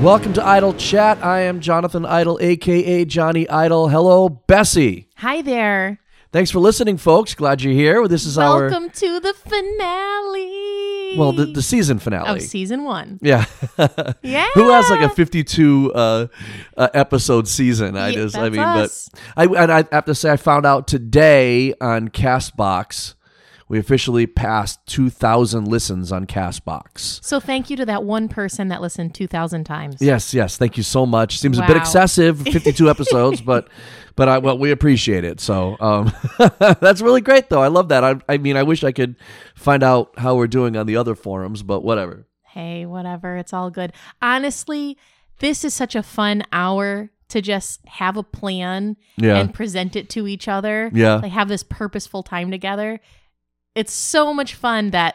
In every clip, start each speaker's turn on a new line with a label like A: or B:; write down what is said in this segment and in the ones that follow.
A: Welcome to Idle Chat. I am Jonathan Idle, aka Johnny Idle. Hello, Bessie.
B: Hi there.
A: Thanks for listening, folks. Glad you're here. This is
B: Welcome to the finale.
A: our well, the, the season finale.
B: of season one.
A: yeah.
B: Oh, Yeah.
A: Who has like a 52 uh, uh, episode season? I
B: Ye-
A: just, I
B: that's
A: mean,
B: us.
A: but I and I have to say, I found out today on Castbox, we officially passed 2,000 listens on Castbox.
B: So thank you to that one person that listened two thousand times.
A: Yes, yes. Thank you so much. Seems a bit
B: Wow.
A: excessive, 52 episodes, but but I well we appreciate it. So, um that's really great though. I love that. I I mean, I wish I could find out how we're doing on the other forums, but whatever.
B: Hey, whatever. It's all good. Honestly, this is such a fun hour to just have a plan
A: Yeah.
B: and present it to each other.
A: Yeah.
B: Like have this purposeful time together. It's so much fun that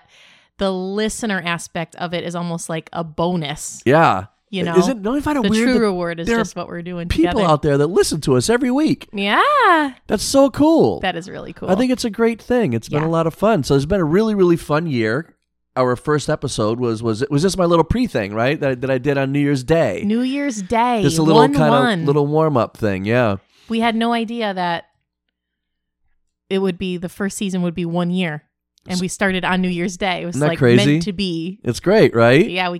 B: the listener aspect of it is almost like a bonus.
A: yeah.
B: You know,
A: Is it don't you find it
B: the
A: weird
B: true
A: that
B: reward is
A: there are
B: just what we're doing
A: people
B: together.
A: out there that listen to us every week?
B: yeah.
A: That's so cool.
B: That is really cool.
A: I think it's a great thing. It's been
B: Yeah.
A: a lot of fun. So it's been a really really fun year. Our first episode was was was this my little pre thing, right? That, that I did on New Year's Day.
B: New Year's Day.
A: just a little
B: one,
A: kind
B: one.
A: of little warm up thing, yeah.
B: We had no idea that it would be the first season would be one year, and we started on New Year's Day. It was
A: Isn't that
B: like
A: crazy?
B: meant to be.
A: It's great, right?
B: Yeah, we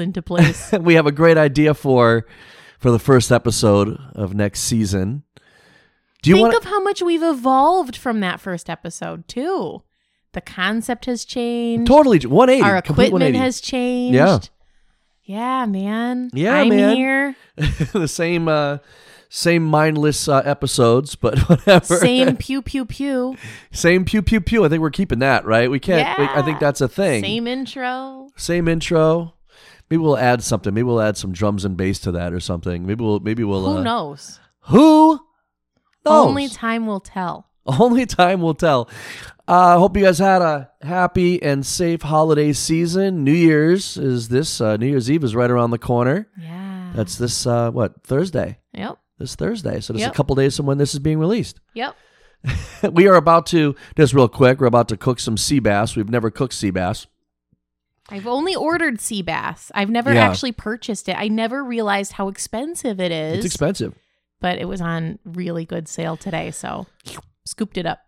B: into place.
A: We have a great idea for for the first episode of next season. Do you
B: Think
A: want
B: of how much we've evolved from that first episode too. The concept has changed.
A: totally 180?
B: Our
A: complete
B: equipment
A: 180.
B: has changed.
A: Yeah.
B: Yeah, man.
A: Yeah,
B: I'm
A: man.
B: here.
A: the same uh same mindless uh, episodes, but whatever.
B: Same pew pew pew.
A: Same pew pew pew. I think we're keeping that, right? We can't we- I think
B: Yeah.
A: that's a thing.
B: Same intro.
A: Same intro. Maybe we'll add something. Maybe we'll add some drums and bass to that or something. Maybe we'll maybe we'll uh,
B: Who knows?
A: Who knows?
B: Only time will tell.
A: Only time will tell. I uh, hope you guys had a happy and safe holiday season. New Year's is this. Uh, New Year's Eve is right around the corner.
B: Yeah.
A: That's this, uh, what, Thursday?
B: yep.
A: This Thursday. So there's
B: Mm-hmm. Yep.
A: a couple days from when this is being released.
B: Yep.
A: we are about to, just real quick, we're about to cook some sea bass. We've never cooked sea bass.
B: I've only ordered sea bass. I've never
A: Yeah.
B: actually purchased it. I never realized how expensive it is,
A: It's expensive.
B: but it was on really good sale today, so scooped it up.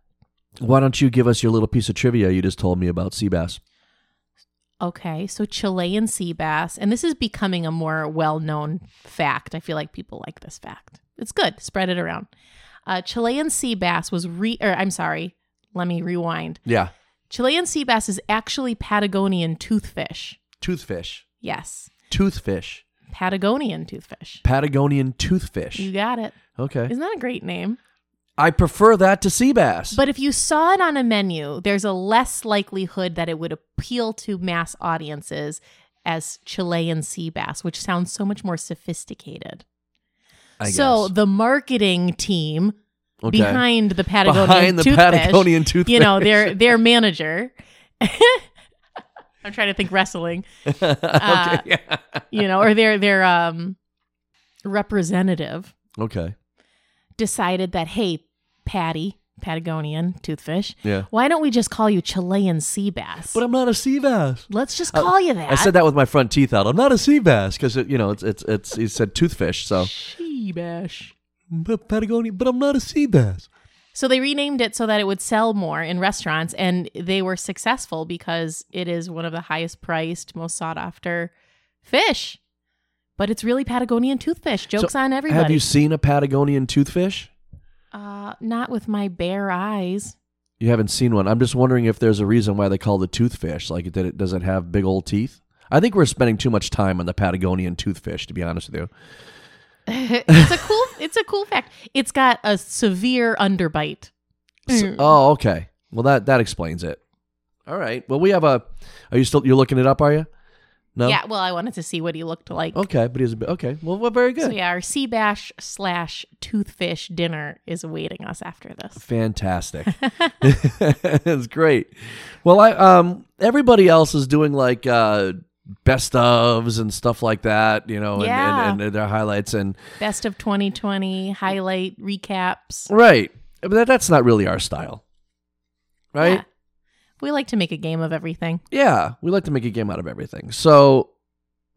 A: Why don't you give us your little piece of trivia you just told me about sea bass?
B: Okay, so Chilean sea bass, and this is becoming a more well-known fact. I feel like people like this fact. It's good. Spread it around. Uh, Chilean sea bass was re. Or I'm sorry. Let me rewind.
A: Yeah.
B: Chilean sea bass is actually Patagonian toothfish.
A: Toothfish.
B: Yes,
A: Toothfish.
B: Patagonian toothfish.
A: Patagonian
B: You
A: toothfish.
B: got it.
A: Okay.
B: Isn't that a great name?
A: I prefer that to sea bass.
B: But if you saw it on a menu, there's a less likelihood that it would appeal to mass audiences as Chilean sea bass, which sounds so much more sophisticated.
A: I
B: So
A: guess.
B: the marketing team
A: Okay.
B: behind the Patagonian
A: Behind the
B: toothfish,
A: Patagonian toothfish.
B: you know, their their manager. I'm trying to think wrestling, uh,
A: okay.
B: you know, or their their um representative
A: okay.
B: decided that hey, Patty, Patagonian toothfish,
A: Yeah.
B: Why don't we just call you Chilean sea bass?
A: But I'm not a sea bass.
B: Let's just
A: I-
B: call you that.
A: I said that with my front teeth out. I'm not a sea bass because you know it's it's it's he said toothfish. So
B: She bash.
A: but Patagonia. But I'm not a sea bass.
B: So they renamed it so that it would sell more in restaurants, and they were successful because it is one of the highest priced, most sought after fish. But it's really Patagonian toothfish. Jokes on everybody.
A: Have you seen a Patagonian toothfish?
B: uh, not with my bare eyes.
A: You haven't seen one. I'm just wondering if there's a reason why they call it a toothfish. Like that it does it have big old teeth? I think we're spending too much time on the Patagonian toothfish. To be honest with you.
B: it's a cool. It's a cool fact. It's got a severe underbite.
A: So-
B: Mm.
A: oh, okay. Well, that that explains it. All right. Well, we have a. Are you still? You're looking it up, are you? No.
B: Yeah. Well, I wanted to see what he looked like.
A: Okay, but he's a bit, okay. Well, well, very
B: So
A: Oh, good.
B: yeah, our sea bash slash toothfish dinner is awaiting us after this.
A: Fantastic. it's great. Well, I um everybody else is doing like uh best ofs and stuff like that, you know, and,
B: Yeah.
A: and, and their highlights and
B: Best of 2020 highlight recaps.
A: right. But that, that's not really our style. Right?
B: Yeah. We like to make a game of everything.
A: yeah, we like to make a game out of everything. So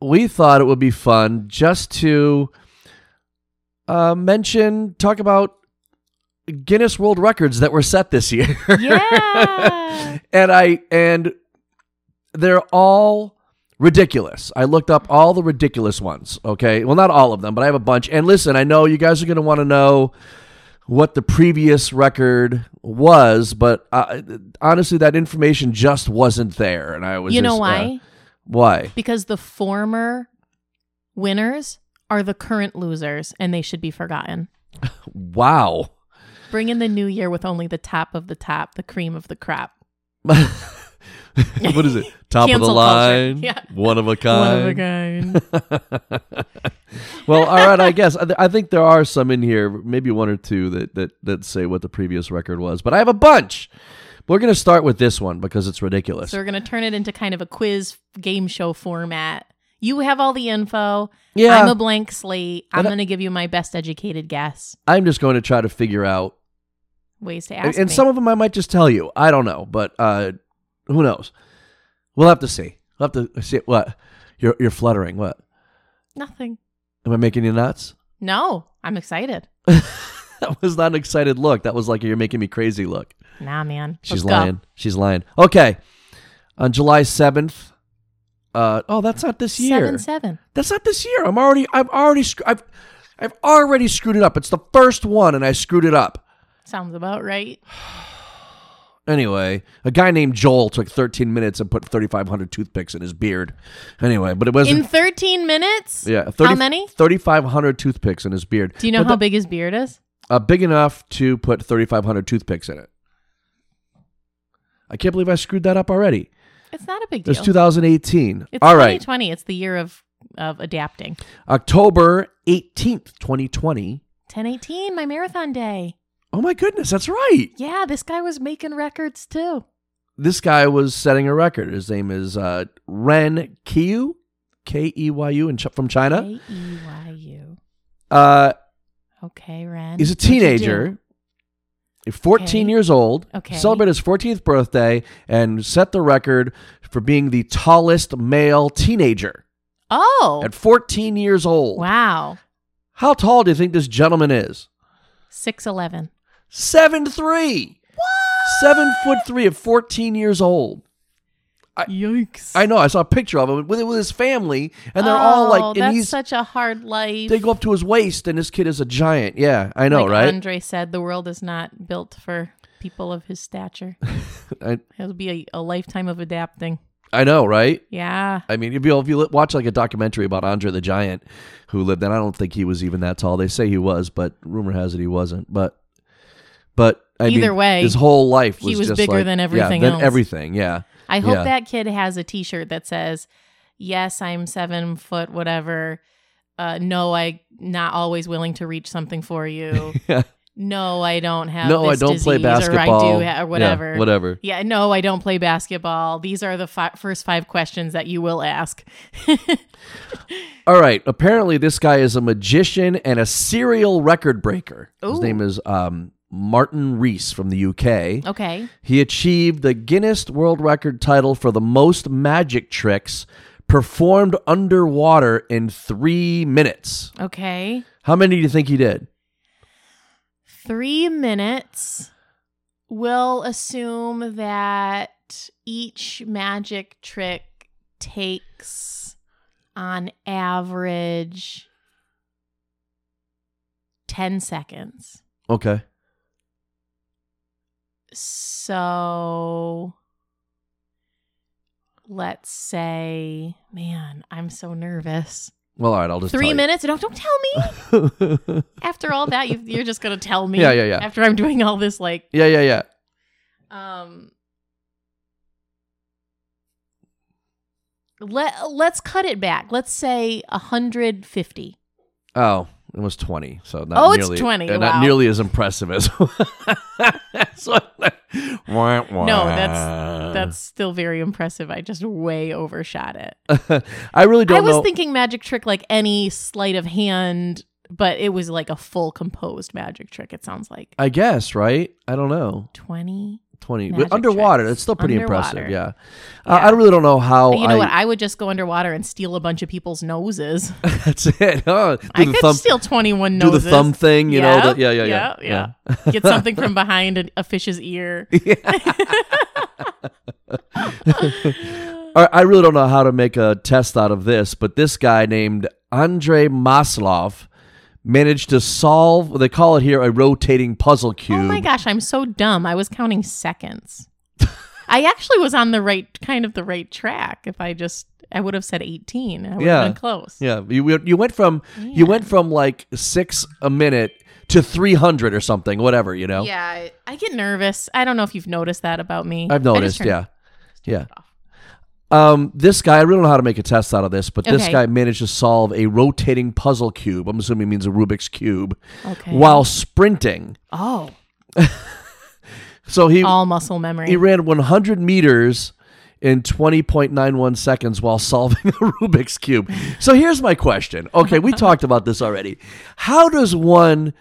A: we thought it would be fun just to uh, mention, talk about Guinness World Records that were set this year.
B: Yeah.
A: and I and they're all ridiculous. I looked up all the ridiculous ones. Okay, well, not all of them, but I have a bunch. And listen, I know you guys are going to want to know what the previous record was, but uh, honestly, that information just wasn't there, and I was.
B: you
A: just,
B: know
A: uh,
B: why?
A: why?
B: because the former winners are the current losers and they should be forgotten.
A: Wow.
B: Bring in the new year with only the top of the top, the cream of the crop.
A: what is it? Top of the
B: Cancel culture.
A: line.
B: Yeah.
A: One of a kind.
B: One of a kind.
A: well, all right, I guess. I, th- I think there are some in here, maybe one or two that, that, that say what the previous record was, but I have a bunch. We're going to start with this one because it's ridiculous.
B: so we're going to turn it into kind of a quiz game show format. You have all the info.
A: yeah,
B: I'm a
A: I'm,
B: blank slate. I'm
A: And I-
B: going to give you my best educated guess.
A: just going to try to figure out.
B: Ways to
A: And
B: ask
A: and
B: me.
A: some of them I might just tell you. I don't know, but uh, who knows? We'll have to see. We'll have to see. What? You're, you're fluttering. What?
B: Nothing.
A: Am I making you nuts?
B: No, I'm excited.
A: That was not an excited look. That was like a you're making me crazy look.
B: Nah, man.
A: She's
B: Let's go.
A: lying. She's lying. Okay. On July 7th. Uh, oh, that's not this year.
B: Seven seven.
A: That's not this year. I'm already I've already sc- I've I've already screwed it up. It's the first one and I screwed it up.
B: Sounds about right.
A: Anyway, a guy named Joel took 13 minutes and put 3500 toothpicks in his beard. Anyway, but it wasn't
B: In 13 minutes?
A: yeah, 30,
B: How many?
A: 3500 toothpicks in his beard.
B: Do you know
A: But
B: how big his beard is?
A: uh, big enough to put 3500 toothpicks in it. I can't believe I screwed that up already.
B: It's not a big deal.
A: It's 2018.
B: it's
A: All right.
B: 2020. It's the year of of adapting.
A: October 18th, 2020.
B: 1018, my marathon day.
A: Oh my goodness, that's right.
B: Yeah, this guy was making records too.
A: This guy was setting a record. His name is uh, Ren Kiyu, K E Y U, and Ch- from China.
B: A E Y U.
A: Uh,
B: Okay, Ren.
A: he's a
B: What'd you do?
A: teenager, 14
B: Okay.
A: years old.
B: Okay.
A: Celebrated his 14th birthday and set the record for being the tallest male teenager
B: Oh,
A: at 14 years old.
B: wow.
A: How tall do you think this gentleman is?
B: 6'11.
A: Seven three. Seven foot three at 14 years old.
B: Yikes.
A: I know. I saw a picture of him with, with his family, and they're
B: oh,
A: all like, and
B: that's
A: he's
B: such a hard life.
A: they go up to his waist, and this kid is a giant. Yeah, I know,
B: like
A: right?
B: Andre said, the world is not built for people of his stature.
A: I,
B: It'll be a, a lifetime of adapting.
A: I know, right?
B: Yeah.
A: I mean, if you if you li- watch like a documentary about Andre the Giant, who lived, and I don't think he was even that tall. They say he was, but rumor has it he wasn't. But, but I
B: Either
A: mean,
B: way,
A: his whole life
B: he
A: was,
B: was
A: just
B: bigger
A: like-
B: than
A: yeah,
B: everything
A: than
B: else.
A: everything, yeah.
B: I hope
A: Yeah.
B: that kid has a T-shirt that says, "Yes, I'm seven foot whatever. Uh, no, I not always willing to reach something for you.
A: Yeah.
B: No, I don't have.
A: No, I
B: this
A: don't play
B: disease," or, "I do
A: basketball,
B: ha-
A: Yeah,
B: or whatever. Yeah,
A: whatever.
B: no, I don't play basketball. These are the fi- first five questions that you will ask.
A: All right. Apparently, this guy is a magician and a serial record breaker. His
B: Ooh.
A: name is um, Martin Rees from the UK.
B: okay,
A: He achieved the Guinness World Record title for the most magic tricks performed underwater in three minutes.
B: okay,
A: How many do you think he did?
B: three minutes. We'll assume that each magic trick takes, on average, 10 seconds.
A: Okay.
B: So let's say, man, I'm so nervous.
A: Well, all right. I'll just
B: Three
A: tell
B: minutes? Don't, don't tell me.
A: you.
B: After all that, you, you're just going to tell me.
A: Yeah, yeah, yeah.
B: After I'm doing all this, like,
A: yeah, yeah, yeah.
B: Um let let's cut it back. Let's say 150.
A: Oh, it was 20. So not
B: Oh, it's
A: nearly,
B: 20,
A: uh,
B: wow.
A: Not nearly as impressive as. so, no,
B: No,
A: Uh.
B: that's That's still very impressive. I just way overshot it.
A: I really don't
B: I was
A: know.
B: thinking magic trick like any sleight of hand, but it was like a full composed magic trick it sounds like.
A: I guess, right? I don't know.
B: 20
A: 20
B: Magic
A: underwater.
B: tricks.
A: That's still pretty impressive.
B: Underwater.
A: Yeah. Uh, I really don't know how
B: you know
A: I,
B: what? I would just go underwater and steal a bunch of people's noses.
A: that's it. Huh? Do
B: I
A: the
B: could
A: thumb
B: steal 21
A: do the
B: noses.
A: thumb thing, you know, the, yeah, yeah, yeah.
B: yeah, yeah. Get something from behind an, a fish's ear.
A: I I really don't know how to make a test out of this, but this guy named Andre Maslov managed to solve, they call it here a rotating puzzle cube.
B: Oh my gosh, I'm so dumb. I was counting seconds. I actually was on the right kind of the right track. If I just, I would have said 18. I would
A: Yeah.
B: have been close.
A: Yeah, you you went from you went from like 6 a minute to 300 or something, whatever, you know.
B: Yeah, I, I get nervous. I don't know if you've noticed that about me.
A: I've
B: I just
A: noticed,
B: turn-
A: yeah. Yeah.
B: it off.
A: Um, this guy, I really don't know how to make a test out of this, but this
B: Okay.
A: guy managed to solve a rotating puzzle cube. I'm assuming it means a Rubik's cube
B: Okay.
A: while sprinting.
B: Oh,
A: So he
B: all muscle memory.
A: he ran 100 meters in 20.91 seconds while solving a Rubik's cube. So here's my question. Okay, we talked about this already. How does one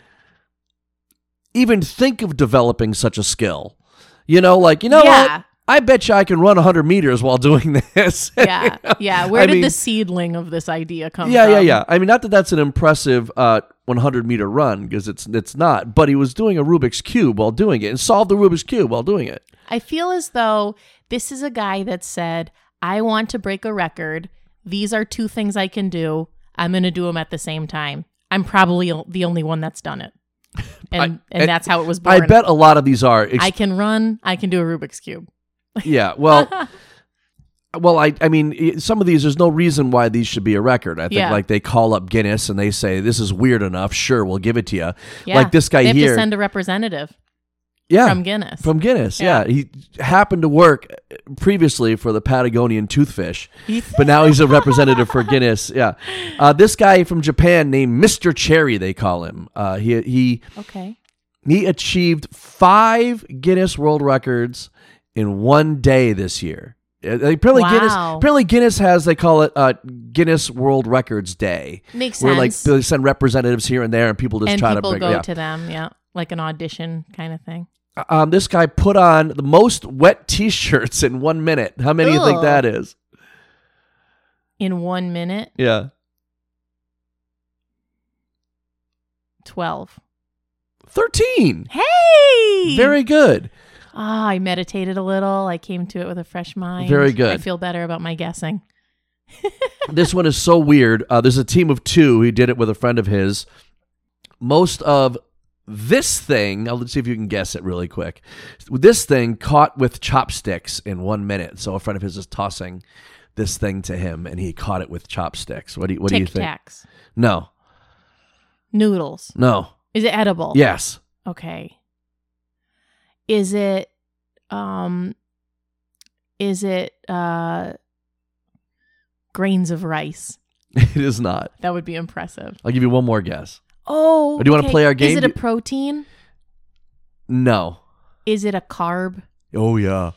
A: even think of developing such a skill? You know, like you know
B: Yeah.
A: what? I bet you I can run 100 meters while doing this.
B: yeah, yeah. Um, Where
A: I
B: did
A: mean-
B: the seedling of this idea come
A: Yeah,
B: from?
A: yeah, yeah. I mean, not that that's an impressive uh, 100 meter run because it's it's not, but he was doing a Rubik's cube while doing it and solved the Rubik's cube while doing it.
B: I feel as though this is a guy that said, I want to break a record. These are two things I can do. I'm going to do them at the same time. I'm probably o- the only one that's done it. And, and,
A: I-
B: that's how it was born.
A: I bet a lot of these are. ex-
B: I can run. I can do a Rubik's Cube.
A: yeah. Well. Well, I, I mean, i- some of these, there's no reason why these should be a record. I think,
B: Yeah.
A: like, they call up Guinness and they say, this is weird enough. Sure, we'll give it to you.
B: Yeah.
A: Like this guy
B: they have
A: here.
B: to send a representative
A: yeah.
B: from Guinness.
A: From Guinness, yeah.
B: Yeah.
A: He happened to work previously for the Patagonian toothfish, but now he's a representative for Guinness. Yeah, uh, this guy from Japan named Mister Cherry, they call him. Uh, he he
B: okay.
A: he achieved five Guinness World Records in one day this year. Uh, Apparently, Guinness
B: Wow.
A: apparently Guinness has they call it uh, Guinness World Records Day.
B: Makes
A: Where
B: sense.
A: like they send representatives here and there, and people just
B: And
A: try
B: people
A: to bring.
B: go
A: yeah.
B: to them. Yeah. Like an audition kind of thing.
A: um, this guy put on the most wet t-shirts in one minute. How many do you think
B: Ugh.
A: that is?
B: In one minute,
A: Yeah,
B: 12.
A: thirteen.
B: Hey!
A: Very good.
B: Ah, I meditated a little. I came to it with a fresh mind.
A: Very good.
B: I feel better about my guessing.
A: this one is so weird. Uh, there's a team of two. He did it with a friend of his. Most of this thing, I'll let's see if you can guess it really quick. This thing caught with chopsticks in one minute. So a friend of his is tossing this thing to him, and he caught it with chopsticks. What do you, what do you
B: Tic
A: think?
B: Tacs,
A: No,
B: noodles.
A: no,
B: Is it edible?
A: yes,
B: Okay. Is it, um, is it uh, grains of rice?
A: it is not.
B: That would be impressive.
A: I'll give you one more guess.
B: Oh,
A: Or do you wanna
B: okay.
A: play our
B: Is
A: game?
B: it a protein?
A: No.
B: Is it a carb?
A: Oh yeah.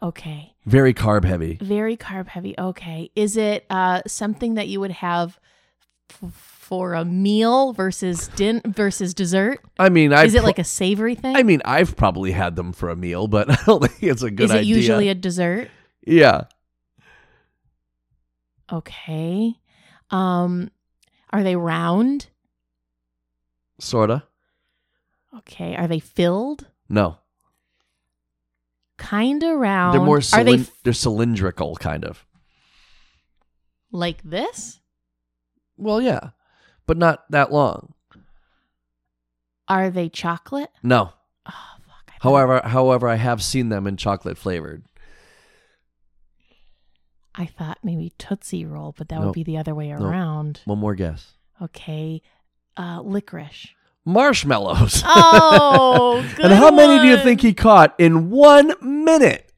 B: Okay,
A: Very carb heavy.
B: very carb heavy. Okay, is it uh something that you would have f- for a meal versus din versus dessert?
A: I mean, I
B: is it like a savory thing?
A: I mean, I've probably had them for a meal, but I don't think it's a good
B: is it
A: idea.
B: usually a dessert?
A: yeah.
B: Okay. Um are they round?
A: Sorta.
B: Okay. Are they filled?
A: No.
B: Kind of round.
A: They're more
B: Are they
A: cylin- they are cylindrical kind of.
B: like this?
A: Well, yeah. But not that long.
B: Are they chocolate?
A: No.
B: Oh fuck. I don't-
A: However, however I have seen them in chocolate flavored.
B: I thought maybe Tootsie Roll, but that
A: Nope.
B: would be the other way
A: Nope.
B: around.
A: One more guess.
B: Okay. Uh licorice.
A: Marshmallows.
B: Oh, good
A: and how many do you
B: one.
A: think he caught in 1 minute?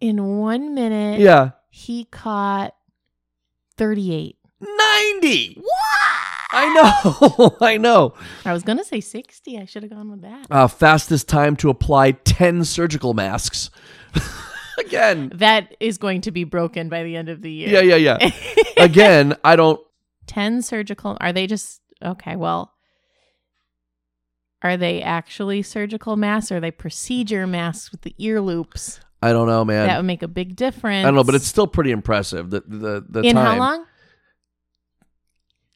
B: in 1 minute
A: Yeah.
B: he caught 38.
A: 90. What? I know. I know.
B: I was going to say 60. I should have gone with that.
A: Uh, fastest time to apply 10 surgical masks. Again.
B: That is going to be broken by the end of the year.
A: Yeah, yeah, yeah. Again, I don't.
B: 10 surgical. Are they just okay? Well, Are they actually surgical masks? Or are they procedure masks with the ear loops?
A: I don't know, man.
B: that would make a big difference.
A: I don't know, but it's still pretty impressive. The the the
B: in
A: time.
B: how long?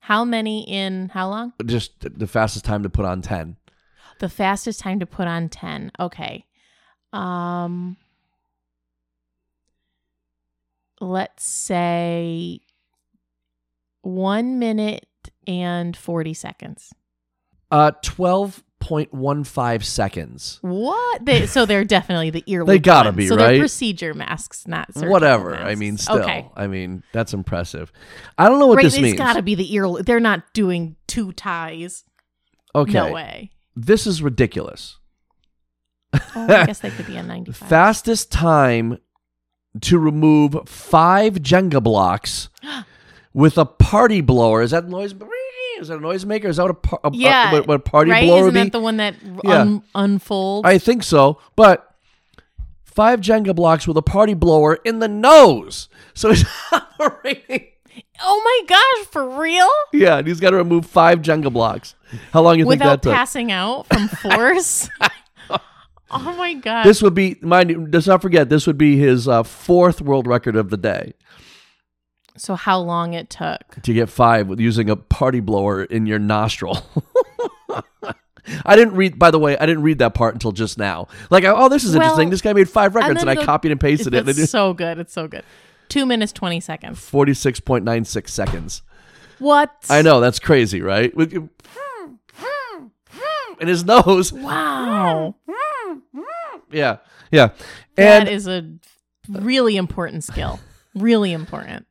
B: How many in how long?
A: Just th- the fastest time to put on ten.
B: The fastest time to put on 10. Okay. Um let's say 1 minute and 40 seconds.
A: Uh, twelve point one five seconds.
B: What? They, so they're definitely the ear.
A: They
B: loop
A: gotta
B: ones.
A: be,
B: so
A: right?
B: They're procedure masks, not surgical
A: Whatever. I
B: masks.
A: mean, still.
B: Okay.
A: I mean, that's impressive. I don't know what
B: right,
A: this
B: it's
A: means.
B: gotta be the ear. loop. They're not doing two ties.
A: okay,
B: No way.
A: this is ridiculous.
B: Oh, I guess they could be a 95.
A: Fastest time to remove five Jenga blocks with a party blower. Is that noise? Is that a noisemaker? Is that what a, par- a- a-
B: Yeah,
A: what, what a uh, party
B: right?
A: blower
B: Isn't
A: would be?
B: that the one that
A: Yeah.
B: un- unfolds?
A: I think so, but five Jenga blocks with a party blower in the nose. So he's operating.
B: oh my gosh, for real?
A: Yeah, and he's got to remove five Jenga blocks. How long do you think
B: Without
A: that took?
B: passing out from force? oh my gosh.
A: this would be, mind you, let's not forget, this would be his uh, fourth world record of the day
B: so how long it took?
A: to get five with using a party blower in your nostril. I didn't read, by the way, I didn't read that part until just now. Like, oh, this is
B: Well,
A: interesting. This guy made five records,
B: then
A: and I
B: they'll-
A: copied and pasted it. And I did
B: It's so good. It's so good. Two minutes, 20 seconds.
A: 46.96 seconds.
B: What?
A: I know that's crazy, right? With- And his nose,
B: Wow.
A: yeah, yeah, and
B: that is a really important skill. Really important.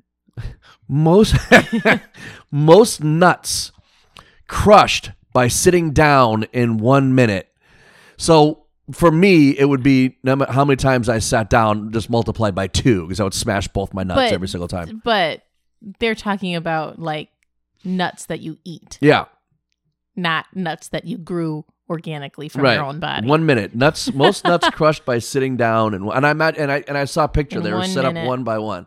A: most most nuts crushed by sitting down in one minute. So for me, it would be num- how many times I sat down just multiplied by two because I would smash both my nuts
B: But-
A: every single time.
B: But they're talking about like nuts that you eat,
A: Yeah,
B: not nuts that you grew organically from
A: right.
B: your own body.
A: One minute nuts, most nuts crushed by sitting down, and and I met and I and I saw a picture.
B: In
A: they were
B: one
A: set up
B: minute.
A: one by one.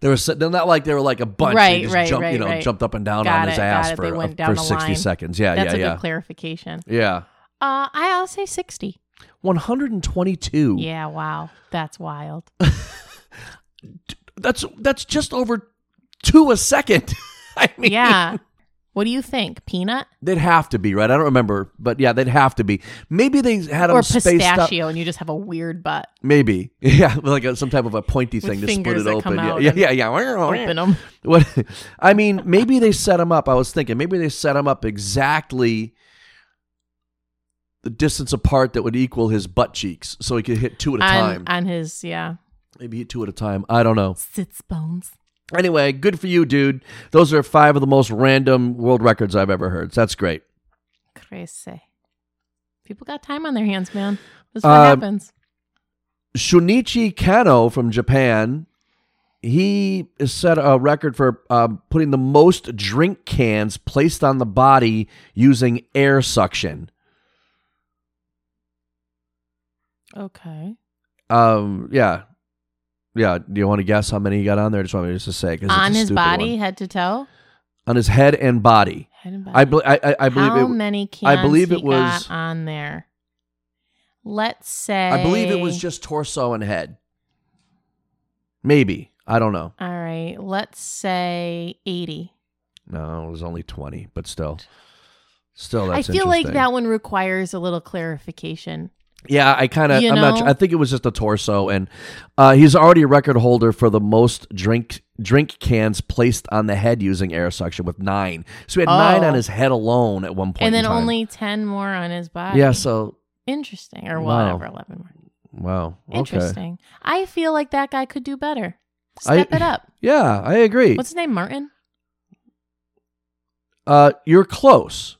A: They were set, they're not like they were like a bunch. they
B: Right,
A: just
B: right,
A: jumped, you
B: right,
A: know,
B: right.
A: jumped up and down
B: Got
A: on his
B: it, got
A: ass
B: it.
A: for,
B: They went
A: uh,
B: down
A: for
B: the
A: sixty
B: line.
A: seconds. Yeah,
B: That's a
A: yeah,
B: good clarification.
A: yeah, yeah.
B: Uh, I'll say 60.
A: One hundred and twenty-two.
B: Yeah, wow. That's wild.
A: That's that's just over two a second. I mean,
B: Yeah. what do you think? Peanut
A: they'd have to be right. I don't remember, but yeah, they'd have to be. Maybe they had them
B: or
A: spaced out.
B: pistachio and you just have a weird butt.
A: Maybe, yeah, like a, some type of a pointy thing to split
B: fingers
A: it
B: that
A: open.
B: come
A: Yeah,
B: out
A: yeah,
B: and
A: yeah, Oh, yeah.
B: Open them.
A: What I mean, maybe they set him up. I was thinking maybe they set him up exactly the distance apart that would equal his butt cheeks, so he could hit two at a time.
B: On, on his, yeah.
A: maybe hit two at a time. I don't know.
B: Sits bones.
A: Anyway, good for you, dude. Those are five of the most random world records I've ever heard. So that's great.
B: Crazy. People got time on their hands, man. That's what
A: Uh,
B: happens.
A: Shunichi Kano from Japan. He set a record for uh, putting the most drink cans placed on the body using air suction.
B: Okay.
A: Um, yeah, yeah. Do you want to guess how many he got on there? I just want me just to say 'cause it's a
B: On his
A: stupid
B: body,
A: one.
B: head to toe.
A: on his head and body.
B: Head and body.
A: I, bel I, I, I believe
B: How
A: it.
B: many
A: I
B: cans
A: believe
B: he
A: it was-
B: got on there? Let's say.
A: I believe it was just torso and head. Maybe I don't know.
B: All right. Let's say 80.
A: No, it was only twenty, but still, still.
B: I
A: That's
B: feel like
A: interesting.
B: that one requires a little clarification.
A: Yeah, I kind of.
B: You
A: I'm not.
B: know?
A: Sure. I think it was just a torso, and uh, he's already a record holder for the most drink drink cans placed on the head using air suction with nine. So he had nine
B: Oh.
A: on his head alone at one point.
B: and
A: in
B: then
A: time.
B: only 10 more on his body.
A: Yeah. So
B: Interesting. Or
A: Wow.
B: whatever, 11 more.
A: wow. Okay.
B: Interesting. I feel like that guy could do better.
A: I-
B: Step it up.
A: Yeah, I agree.
B: What's his name? Martin?
A: Uh, you're close.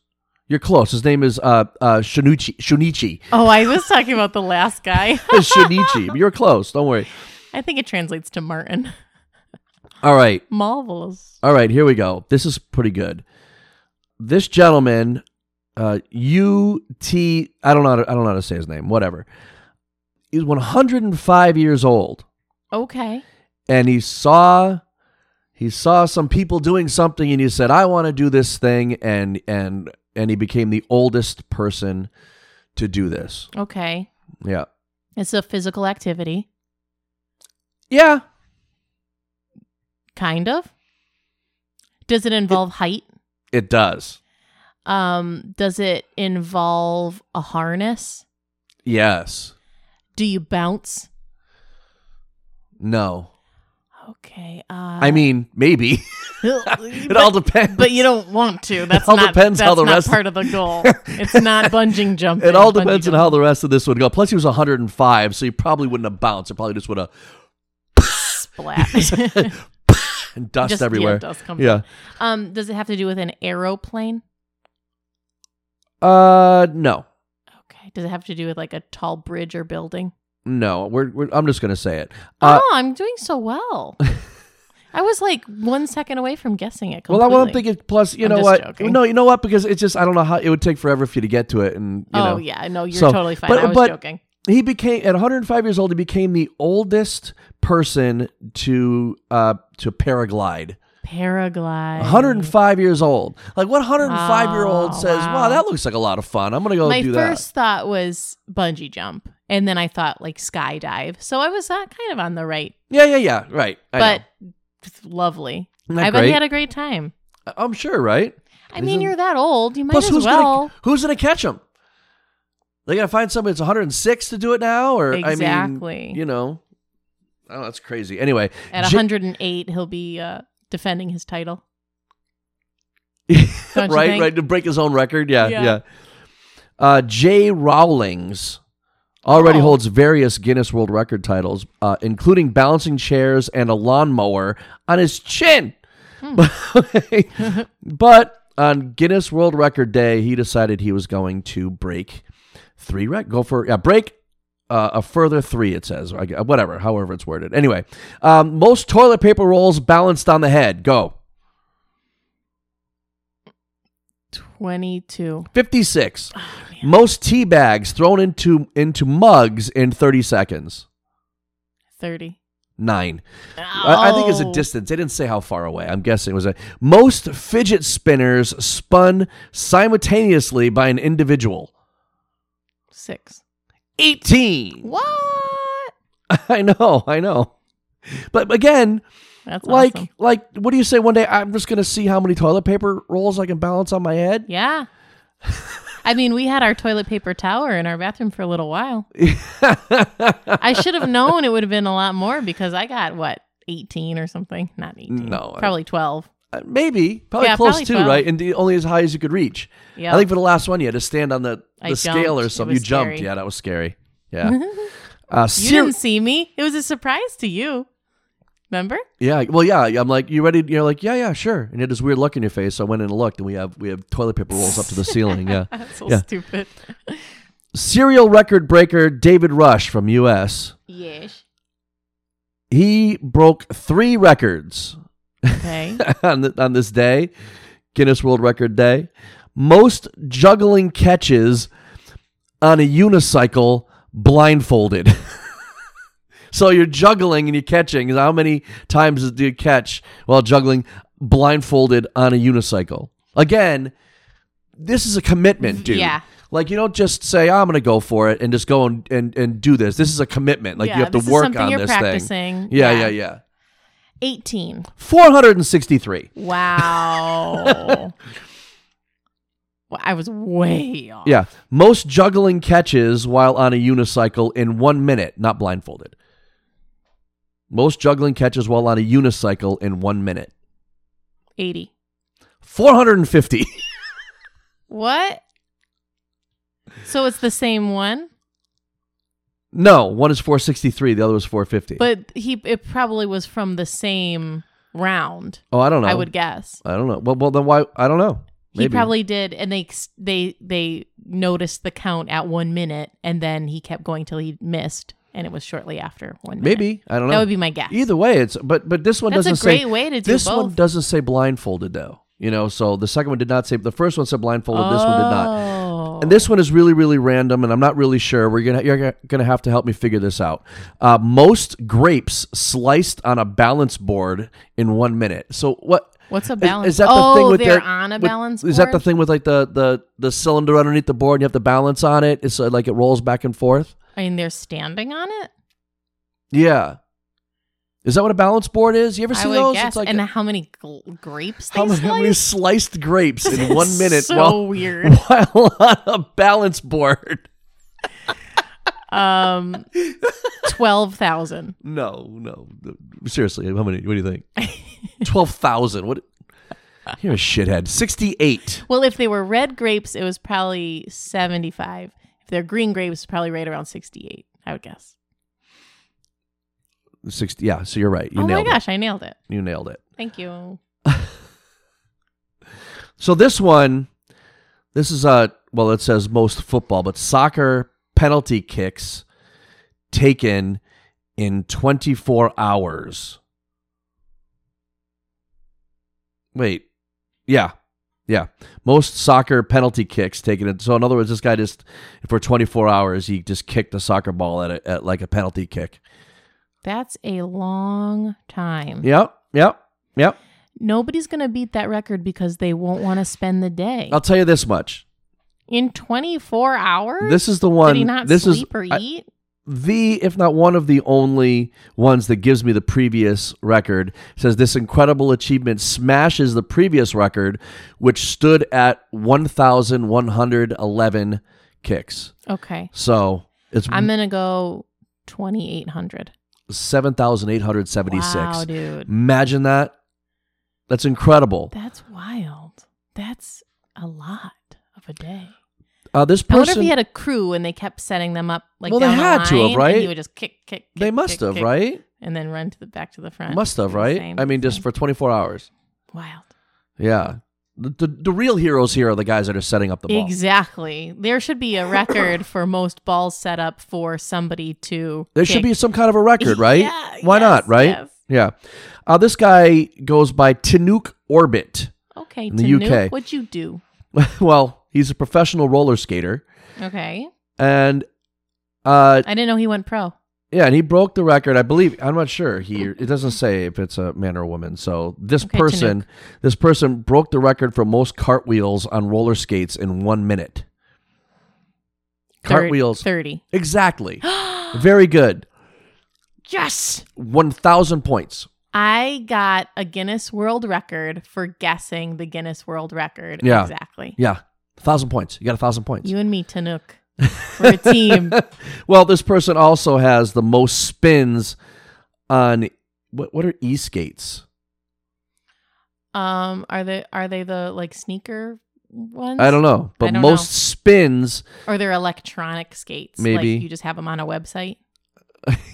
A: You're close. His name is uh, uh, Shunichi. Shunichi.
B: Oh, I was talking about the last guy.
A: Shunichi. You're close. Don't worry.
B: I think it translates to Martin.
A: All right.
B: Marvelous.
A: All right, here we go. This is pretty good. This gentleman, uh, U T, I don't know. How to, I don't know how to say his name. Whatever. He's 105 years old,
B: Okay.
A: and he saw he saw some people doing something, and he said, "I want to do this thing," and and and he became the oldest person to do this.
B: Okay.
A: Yeah.
B: It's a physical activity,
A: Yeah.
B: kind of. Does it involve height?
A: It does.
B: Um, does it involve a harness?
A: Yes.
B: Do you bounce?
A: No.
B: Okay. Uh,
A: I mean, maybe. it
B: it
A: all depends.
B: But you don't want to. That's
A: all
B: not,
A: depends
B: that's
A: how the
B: not
A: rest-
B: part of the goal. It's not bungee jumping.
A: it all
B: Bungee
A: depends on
B: jumping.
A: how the rest of this would go. Plus, he was 105, so he probably wouldn't have bounced. It probably just would have
B: splat.
A: and dust
B: Just, yeah,
A: everywhere.
B: dust comes
A: Yeah.
B: Um, does it have to do with an aeroplane?
A: Uh, no,
B: Okay. Does it have to do with like a tall bridge or building?
A: no. We're, we're I'm just gonna say it. Uh,
B: oh, I'm doing so well. I was like one second away from guessing it.
A: well,
B: Completely.
A: I won't think it. Plus, you
B: I'm
A: know
B: just
A: what?
B: joking.
A: No, you know what? Because it's just I don't know how it would take forever for you to get to it, and you
B: oh
A: know,
B: yeah, no, you're
A: So,
B: totally fine.
A: but-
B: I was
A: but-
B: joking.
A: he became at 105 years old. He became the oldest person to uh to paraglide.
B: Paraglide.
A: 105 years old. Like what 105 year old
B: Oh,
A: says? Wow.
B: wow.
A: that looks like a lot of fun. I'm gonna go
B: My
A: do
B: first thought was bungee jump, and then I thought like skydive. So I was uh, kind of on the right,
A: that. Yeah, yeah, yeah. Right. I
B: but
A: know.
B: it's lovely.
A: Isn't that
B: I bet
A: great?
B: you had a great time.
A: I'm sure, right?
B: I mean,
A: Isn't-
B: you're that old. You might
A: Plus,
B: as
A: who's
B: well.
A: gonna who's gonna catch him? They gotta find somebody that's 106 to do it now, or I
B: Exactly.
A: mean, you know, I don't know, that's crazy. Anyway,
B: At
A: J-
B: 108, he'll be uh, defending his title. Don't you
A: right,
B: think?
A: right, to break his own record, yeah, yeah.
B: Yeah.
A: Uh, J. Rowling's already
B: Oh.
A: holds various Guinness World Record titles, uh, including balancing chairs and a lawnmower on his chin. but on Guinness World Record Day, he decided he was going to break three rec go for yeah break uh, a further three it says I gu- whatever however it's worded anyway um, most toilet paper rolls balanced on the head go
B: 22.
A: 56
B: Oh,
A: most tea bags thrown into into mugs in 30 seconds
B: 30.
A: nine I, I think it's a
B: Oh.
A: distance they didn't say how far away i'm guessing it was a most fidget spinners spun simultaneously by an individual
B: Oh, Six.
A: 18
B: What?
A: I know, I know. But again,
B: That's
A: like
B: awesome.
A: like what do you say one day I'm just going to see how many toilet paper rolls I can balance on my head?
B: Yeah. I mean, we had our toilet paper tower in our bathroom for a little while. I should have known it would have been a lot more because I got what? 18 or something? Not 18.
A: No, I-
B: Probably 12.
A: Uh, Maybe, probably
B: Yeah,
A: close
B: probably
A: to,
B: 12.
A: right? And the- only as high as you could reach.
B: Yeah.
A: I think for the last one you had to stand on the,
B: I
A: the scale
B: jumped.
A: or
B: It
A: something. You
B: was
A: jumped.
B: scary.
A: Yeah, that was scary. Yeah. uh
B: You
A: ser-
B: didn't see me. It was a surprise to you. Remember?
A: Yeah, well yeah, I'm like, "You ready?" You're like, "Yeah, yeah, sure." And you had this weird look in your face. So I went in and looked and we have we have toilet paper rolls up to the ceiling. Yeah.
B: That's so
A: Yeah.
B: stupid.
A: Serial record breaker David Rush from US.
B: Yes.
A: He broke 3 records.
B: Okay.
A: on, th on this day, Guinness World Record Day, most juggling catches on a unicycle blindfolded. so you're juggling and you're catching. How many times do you catch while juggling blindfolded on a unicycle? Again, this is a commitment, dude.
B: Yeah.
A: Like you don't just say, "Oh, "I'm going to go for it" and just go and, and and do this. This is a commitment. Like
B: yeah,
A: you have to
B: this is
A: work
B: something
A: on
B: you're
A: this thing.
B: practicing.
A: Yeah, yeah, yeah.
B: 18.
A: 463.
B: Wow. well, I was way off.
A: Yeah. Most juggling catches while on a unicycle in one minute, not blindfolded. Most juggling catches while on a unicycle in one minute.
B: 80.
A: 450.
B: What? So it's the same one,
A: no, one is 463, the other was 450.
B: but he it probably was from the same round.
A: oh, I don't know.
B: I would guess.
A: I don't know. Well, well, then why? I don't know.
B: He
A: Maybe.
B: probably did and they ex- they they noticed the count at 1 minute and then he kept going till he missed and it was shortly after 1 minute.
A: Maybe. I don't know.
B: That would be my guess.
A: Either way, it's but but this one
B: That's a
A: doesn't say
B: great way to do
A: this one
B: both.
A: doesn't say blindfolded though. You know, so the second one did not say the first one said blindfolded. This one did not.
B: Oh.
A: And this one is really, really random, and I'm not really sure. We're gonna you're gonna have to help me figure this out. Uh, most grapes sliced on a balance board in one minute. So what?
B: What's a
A: Is-
B: balance?
A: Is, that the
B: oh,
A: thing with
B: they're
A: their-
B: on a
A: with-
B: balance
A: Is that the
B: board?
A: thing with like the the the cylinder underneath the board? and You have to balance on it. It's uh, like it rolls back and forth.
B: I mean, they're standing on it.
A: Yeah. Is that what a balance board is? You ever
B: I
A: see
B: would
A: those?
B: guess.
A: It's like
B: and how many gl- grapes they
A: how, many, how many
B: sliced?
A: sliced grapes in one minute
B: so
A: while,
B: weird.
A: while on a balance board?
B: Um, twelve thousand.
A: No, no. Seriously, how many? What do you think? Twelve thousand. What? You're a shithead. Sixty-eight.
B: Well, if they were red grapes, it was probably seventy-five. If they're green grapes, probably right around sixty-eight. I would guess.
A: Sixty. Yeah. So you're right. You
B: oh my
A: nailed
B: gosh, I nailed it.
A: it. You nailed it.
B: Thank you.
A: So this one, this is a well, it says most football, but soccer penalty kicks taken in 24 hours. Wait, yeah, yeah, most soccer penalty kicks taken. In, so in other words, this guy just for 24 hours he just kicked a soccer ball at, a, at like a penalty kick.
B: That's a long time.
A: Yep, yep, yep.
B: Nobody's going to beat that record because they won't want to spend the day.
A: I'll tell you this much.
B: In 24 hours?
A: This is the one.
B: Did he not
A: this
B: sleep
A: is
B: or
A: I-
B: eat?
A: the if not one of the only ones that gives me the previous record It says this incredible achievement smashes the previous record which stood at 1111 kicks
B: okay.
A: so it's
B: I'm going to go 2,800.
A: 7876
B: Wow, dude.
A: imagine that that's incredible
B: That's wild. That's a lot of a day.
A: uh, this
B: I wonder if
A: person
B: he had a crew and they kept setting them up like
A: Well, they
B: down the
A: had to have,
B: line, and
A: right?
B: he would just kick, kick, kick
A: they must
B: kick,
A: have
B: kick,
A: right
B: and then run to the back to the front.
A: must have
B: It's
A: right
B: insane.
A: i mean just for 24 hours
B: wild.
A: yeah the, the, the real heroes here are the guys that are setting up the ball
B: Exactly. There should be a record for most balls set up for somebody to.
A: There should
B: kick.
A: be some kind of a record, right?
B: Yeah,
A: Why not,
B: yes,
A: right?
B: yes.
A: Yeah. Uh, this guy goes by Tanook Orbit.
B: Okay,
A: in the
B: Tanuk,
A: UK.
B: what'd you do?
A: well, he's a professional roller skater.
B: Okay,
A: And uh,
B: I didn't know he went pro.
A: yeah, and he broke the record. I believe I'm not sure. He it doesn't say if it's a man or a woman. So this
B: Okay,
A: person this person broke the record for most cartwheels on roller skates in one minute.
B: Thir-
A: Cartwheels.
B: thirty.
A: Exactly. Very good.
B: Yes,
A: One thousand points.
B: I got a Guinness World Record for guessing the Guinness World Record.
A: Yeah.
B: exactly.
A: Yeah. Thousand points. You got a thousand points.
B: You and me, Tanuk, we're a team.
A: Well, this person also has the most spins on what what are e skates?
B: um, are they are they the like sneaker ones?
A: I don't know, but
B: I don't
A: most
B: know.
A: spins.
B: Or they're electronic skates?
A: Maybe.
B: like you just have them on a website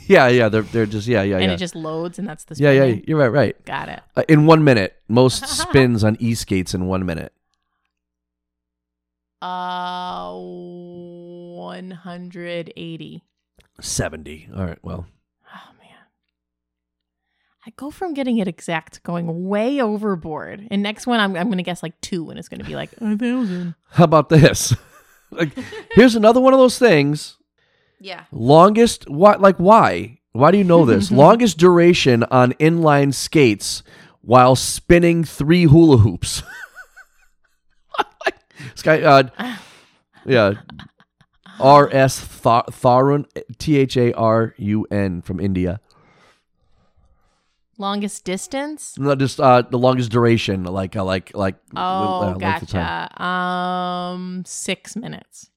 A: Yeah, yeah, they're they're just yeah, yeah,
B: and
A: yeah,
B: it just loads, and that's the
A: yeah, yeah.
B: spinning?
A: You're right, right.
B: Got it.
A: Uh, in one minute, most spins on e skates in one minute.
B: Uh, 180.
A: Seventy. All right. Well,
B: Oh, man. I go from getting it exact to going way overboard. And next one, I'm, I'm going to guess like two, and it's going to be like a thousand.
A: how about this? like, here's another one of those things.
B: Yeah.
A: Longest what? Like why? Why do you know this? Longest duration on inline skates while spinning three hula hoops. this guy, uh, yeah, R S Tha- Tharun T H A R U N from India.
B: Longest distance?
A: No, just uh, the longest duration, like uh, like like uh,
B: Oh,
A: length of time.
B: gotcha. Um, six minutes.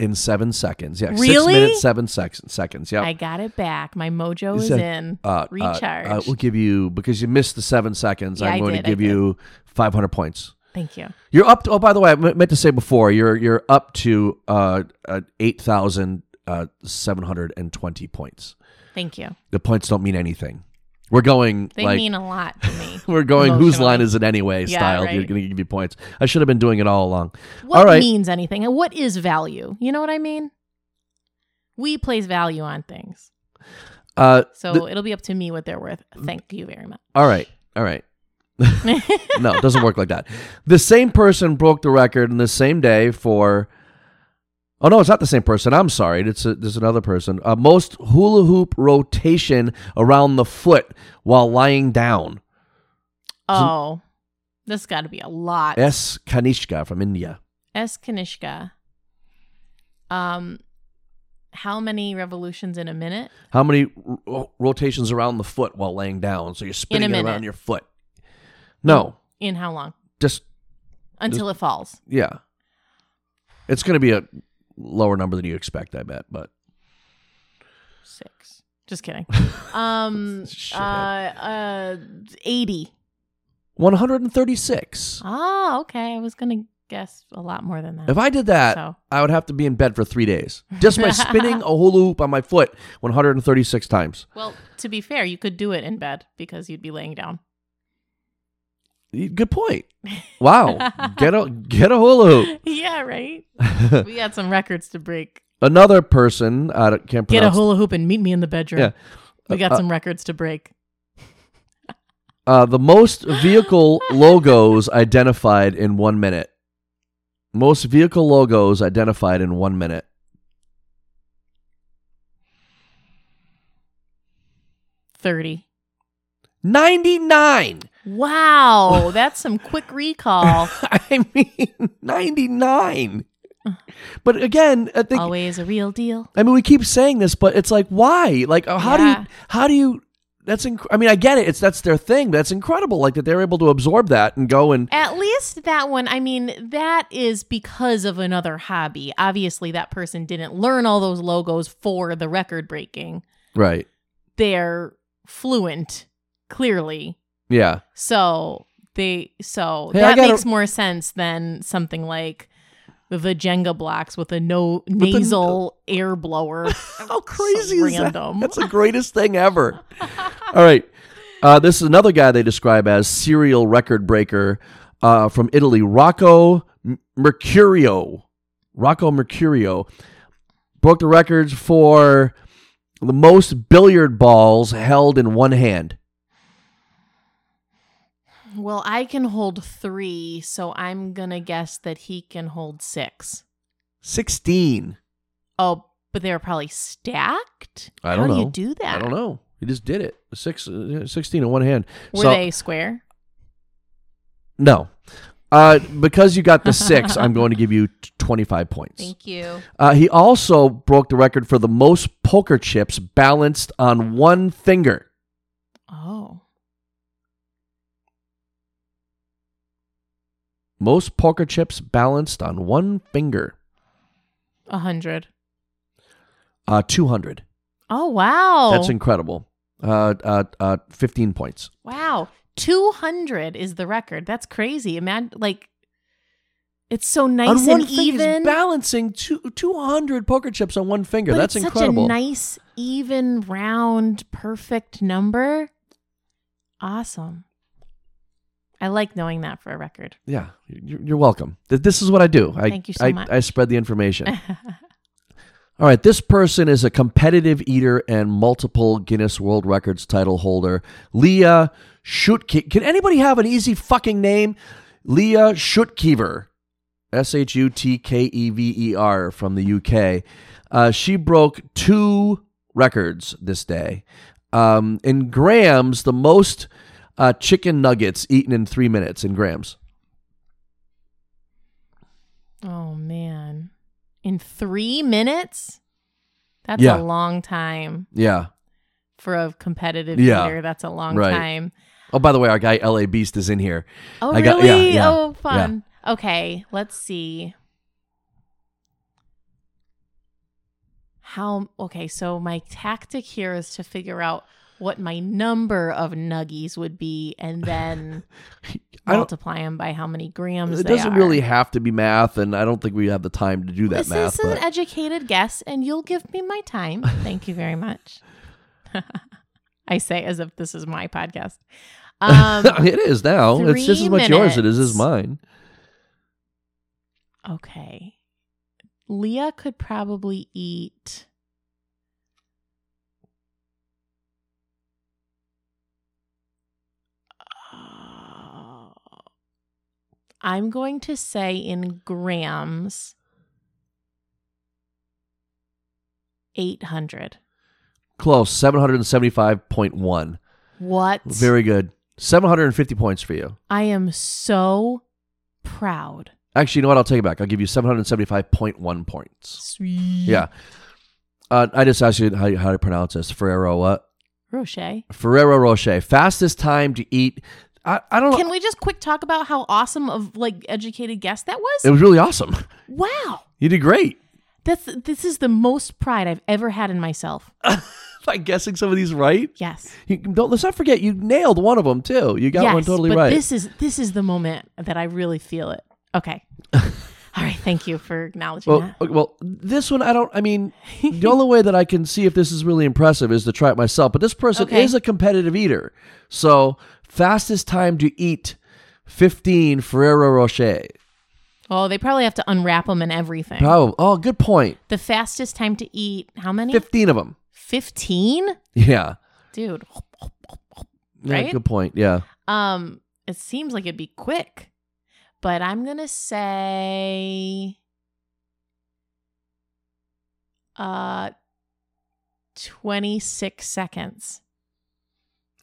A: in seven seconds. Yeah, six
B: Really?
A: minutes, seven sec- seconds. Yeah,
B: I got it back. My mojo
A: You
B: is
A: said,
B: in.
A: uh,
B: Recharge.
A: Uh, uh, we'll give you because you missed the seven seconds.
B: Yeah,
A: I'm
B: I
A: going
B: did,
A: to
B: I
A: give
B: did.
A: you 500 points.
B: Thank you.
A: You're up. To, oh, by the way, I me- meant to say before you're you're up to uh, uh eight thousand uh seven hundred and twenty points.
B: Thank you.
A: The points don't mean anything. We're going
B: They
A: like
B: mean a lot to me.
A: we're going whose line
B: emotionally.
A: is it anyway
B: Yeah,
A: style. You're
B: right.
A: going to give you points. I should have been doing it all along.
B: what
A: All right.
B: means anything and what is value you know what i mean we place value on things
A: Uh,
B: so
A: The- Mm.
B: it'll be up to me what they're worth thank you very much
A: all right, all right. no, it doesn't work like that. The same person broke the record in the same day for. Oh no, it's not the same person. I'm sorry. It's a, there's another person. Uh, most hula hoop rotation around the foot while lying down.
B: oh This got to be a lot.
A: S. Kanishka from India.
B: S. Kanishka. Um, how many revolutions in a minute?
A: How many ro- rotations around the foot while laying down? So you're spinning it around
B: minute.
A: your foot. No,
B: In how long?
A: just
B: Until it falls.
A: yeah. It's going to be a lower number than you expect, I bet. But
B: Six. Just kidding. Um,
A: Shithead.
B: uh, uh, 80.
A: 136.
B: Oh, okay. I was going to guess a lot more than that.
A: If I did that,
B: so,
A: I would have to be in bed for three days just by spinning a hula hoop on my foot 136 times.
B: well, to be fair, you could do it in bed because you'd be laying down.
A: Good point. Wow, get a get a hula
B: yeah, right?
A: hoop.
B: We got some records to break.
A: Another person uh, I don't- can't
B: Get a
A: pronounce.
B: hula hoop and meet me in the bedroom.
A: Yeah.
B: We got
A: Uh,
B: some records to break.
A: Uh, the most vehicle logos identified in one minute. Most vehicle logos identified in one minute.
B: Thirty.
A: 99.
B: Wow, that's some quick recall.
A: I mean, 99.
B: Uh.
A: But again, I think
B: Always a real deal.
A: I mean, we keep saying this, but it's like, why? Like, uh, how do
B: Yeah.
A: you? How do you? That's inc- I mean, I get it. It's that's their thing. That's incredible. Like that they're able to absorb that and go and
B: At least that one, I mean, that is because of another hobby. Obviously, that person didn't learn all those logos for the record breaking.
A: right.
B: They're fluent, clearly.
A: Yeah,
B: So they so
A: Hey, I
B: that
A: gotta-
B: makes more sense than something like the Jenga blocks with a no
A: the-
B: nasal air blower.
A: how crazy is
B: random.
A: that? That's the greatest thing ever. All right, uh, this is another guy they describe as serial record breaker uh, from Italy, Rocco M- Mercurio. Rocco Mercurio broke the records for the most billiard balls held in one hand.
B: Well, I can hold three, so I'm gonna guess that he can hold six.
A: Sixteen.
B: Oh, but they were probably stacked.
A: I don't know.
B: How do you do that?
A: I don't know. He just did it. Six, uh, 16 in one hand.
B: Were
A: so
B: they square?
A: no, uh, because you got the six, I'm going to give you t- 25 points.
B: you.
A: Uh, he also broke the record for the most poker chips balanced on one finger.
B: Oh,
A: Most poker chips balanced on one finger.
B: a hundred.
A: Uh, 200.
B: Oh wow.
A: That's incredible. Uh, uh, uh, 15 points.
B: Wow. 200 is the record. That's crazy. Imagine like it's so nice
A: on one
B: and
A: finger, he's
B: even.
A: balancing two, 200 poker chips on one finger.
B: but
A: That's
B: it's
A: incredible.
B: such a nice, even, round, perfect number. Awesome. I like knowing that for a record.
A: Yeah, you're, you're welcome. Th- This is what I do. I,
B: Thank you so
A: I,
B: much.
A: I spread the information. All right, this person is a competitive eater and multiple Guinness World Records title holder. Leah Schutke. Can anybody have an easy fucking name? Leah Schutkever. S H U T K E V E R from the UK. Uh, she broke two records this day. Um, in grams, the most uh, chicken nuggets eaten in three minutes in grams.
B: Oh, man. In three minutes? That's
A: Yeah.
B: a long time
A: Yeah.
B: for a competitive
A: Yeah.
B: eater. That's a long
A: Right.
B: time.
A: Oh, by the way, our guy LA Beast is in here.
B: Oh,
A: I
B: really?
A: got- yeah, yeah,
B: oh, fun. Okay, let's see. How okay, so my tactic here is to figure out what my number of nuggies would be and then
A: I don't-
B: multiply them by how many grams
A: It
B: they
A: doesn't
B: are.
A: really have to be math, and I don't think we have the time to do that
B: this,
A: math.
B: is- this is an
A: but-
B: educated guess and you'll give me my time. Thank you very much. I say as if this is my podcast. Um
A: it is now. It's just as
B: three
A: much yours it is as
B: minutes.
A: mine.
B: Okay. Leah could probably eat. Uh, I'm going to say in grams 800.
A: Close, 775.1.
B: What?
A: Very good. 750 points for you.
B: I am so proud.
A: Actually, you know what? I'll take it back. I'll give you 775.1 points.
B: Sweet.
A: Yeah. Uh, I just asked you how, how to pronounce this. Ferrero what?
B: Roche.
A: Ferrero Rocher. Fastest time to eat. I, I don't know.
B: Can we just quick talk about how awesome of like educated guess that was?
A: It was really awesome.
B: wow.
A: You did great.
B: That's this is the most pride I've ever had in myself.
A: By guessing some of these right.
B: Yes.
A: You, don't, let's not forget, you nailed one of them too. You got
B: yes,
A: one totally
B: but
A: right.
B: This is this is the moment that I really feel it. Okay. All right, thank you for acknowledging
A: Well,
B: that.
A: Oh, okay, well, this one I don't. I mean, the only way that I can see if this is really impressive is to try it myself. But this person
B: Okay.
A: is a competitive eater, so fastest time to eat fifteen Ferrero Rocher.
B: Oh, they probably have to unwrap them and everything.
A: Probably. Oh, good point.
B: The fastest time to eat, how many?
A: Fifteen of them.
B: 15?
A: Yeah.
B: Dude.
A: Yeah,
B: Right?
A: Good point. Yeah.
B: Um, it seems like it'd be quick, but I'm gonna say, uh, twenty six seconds.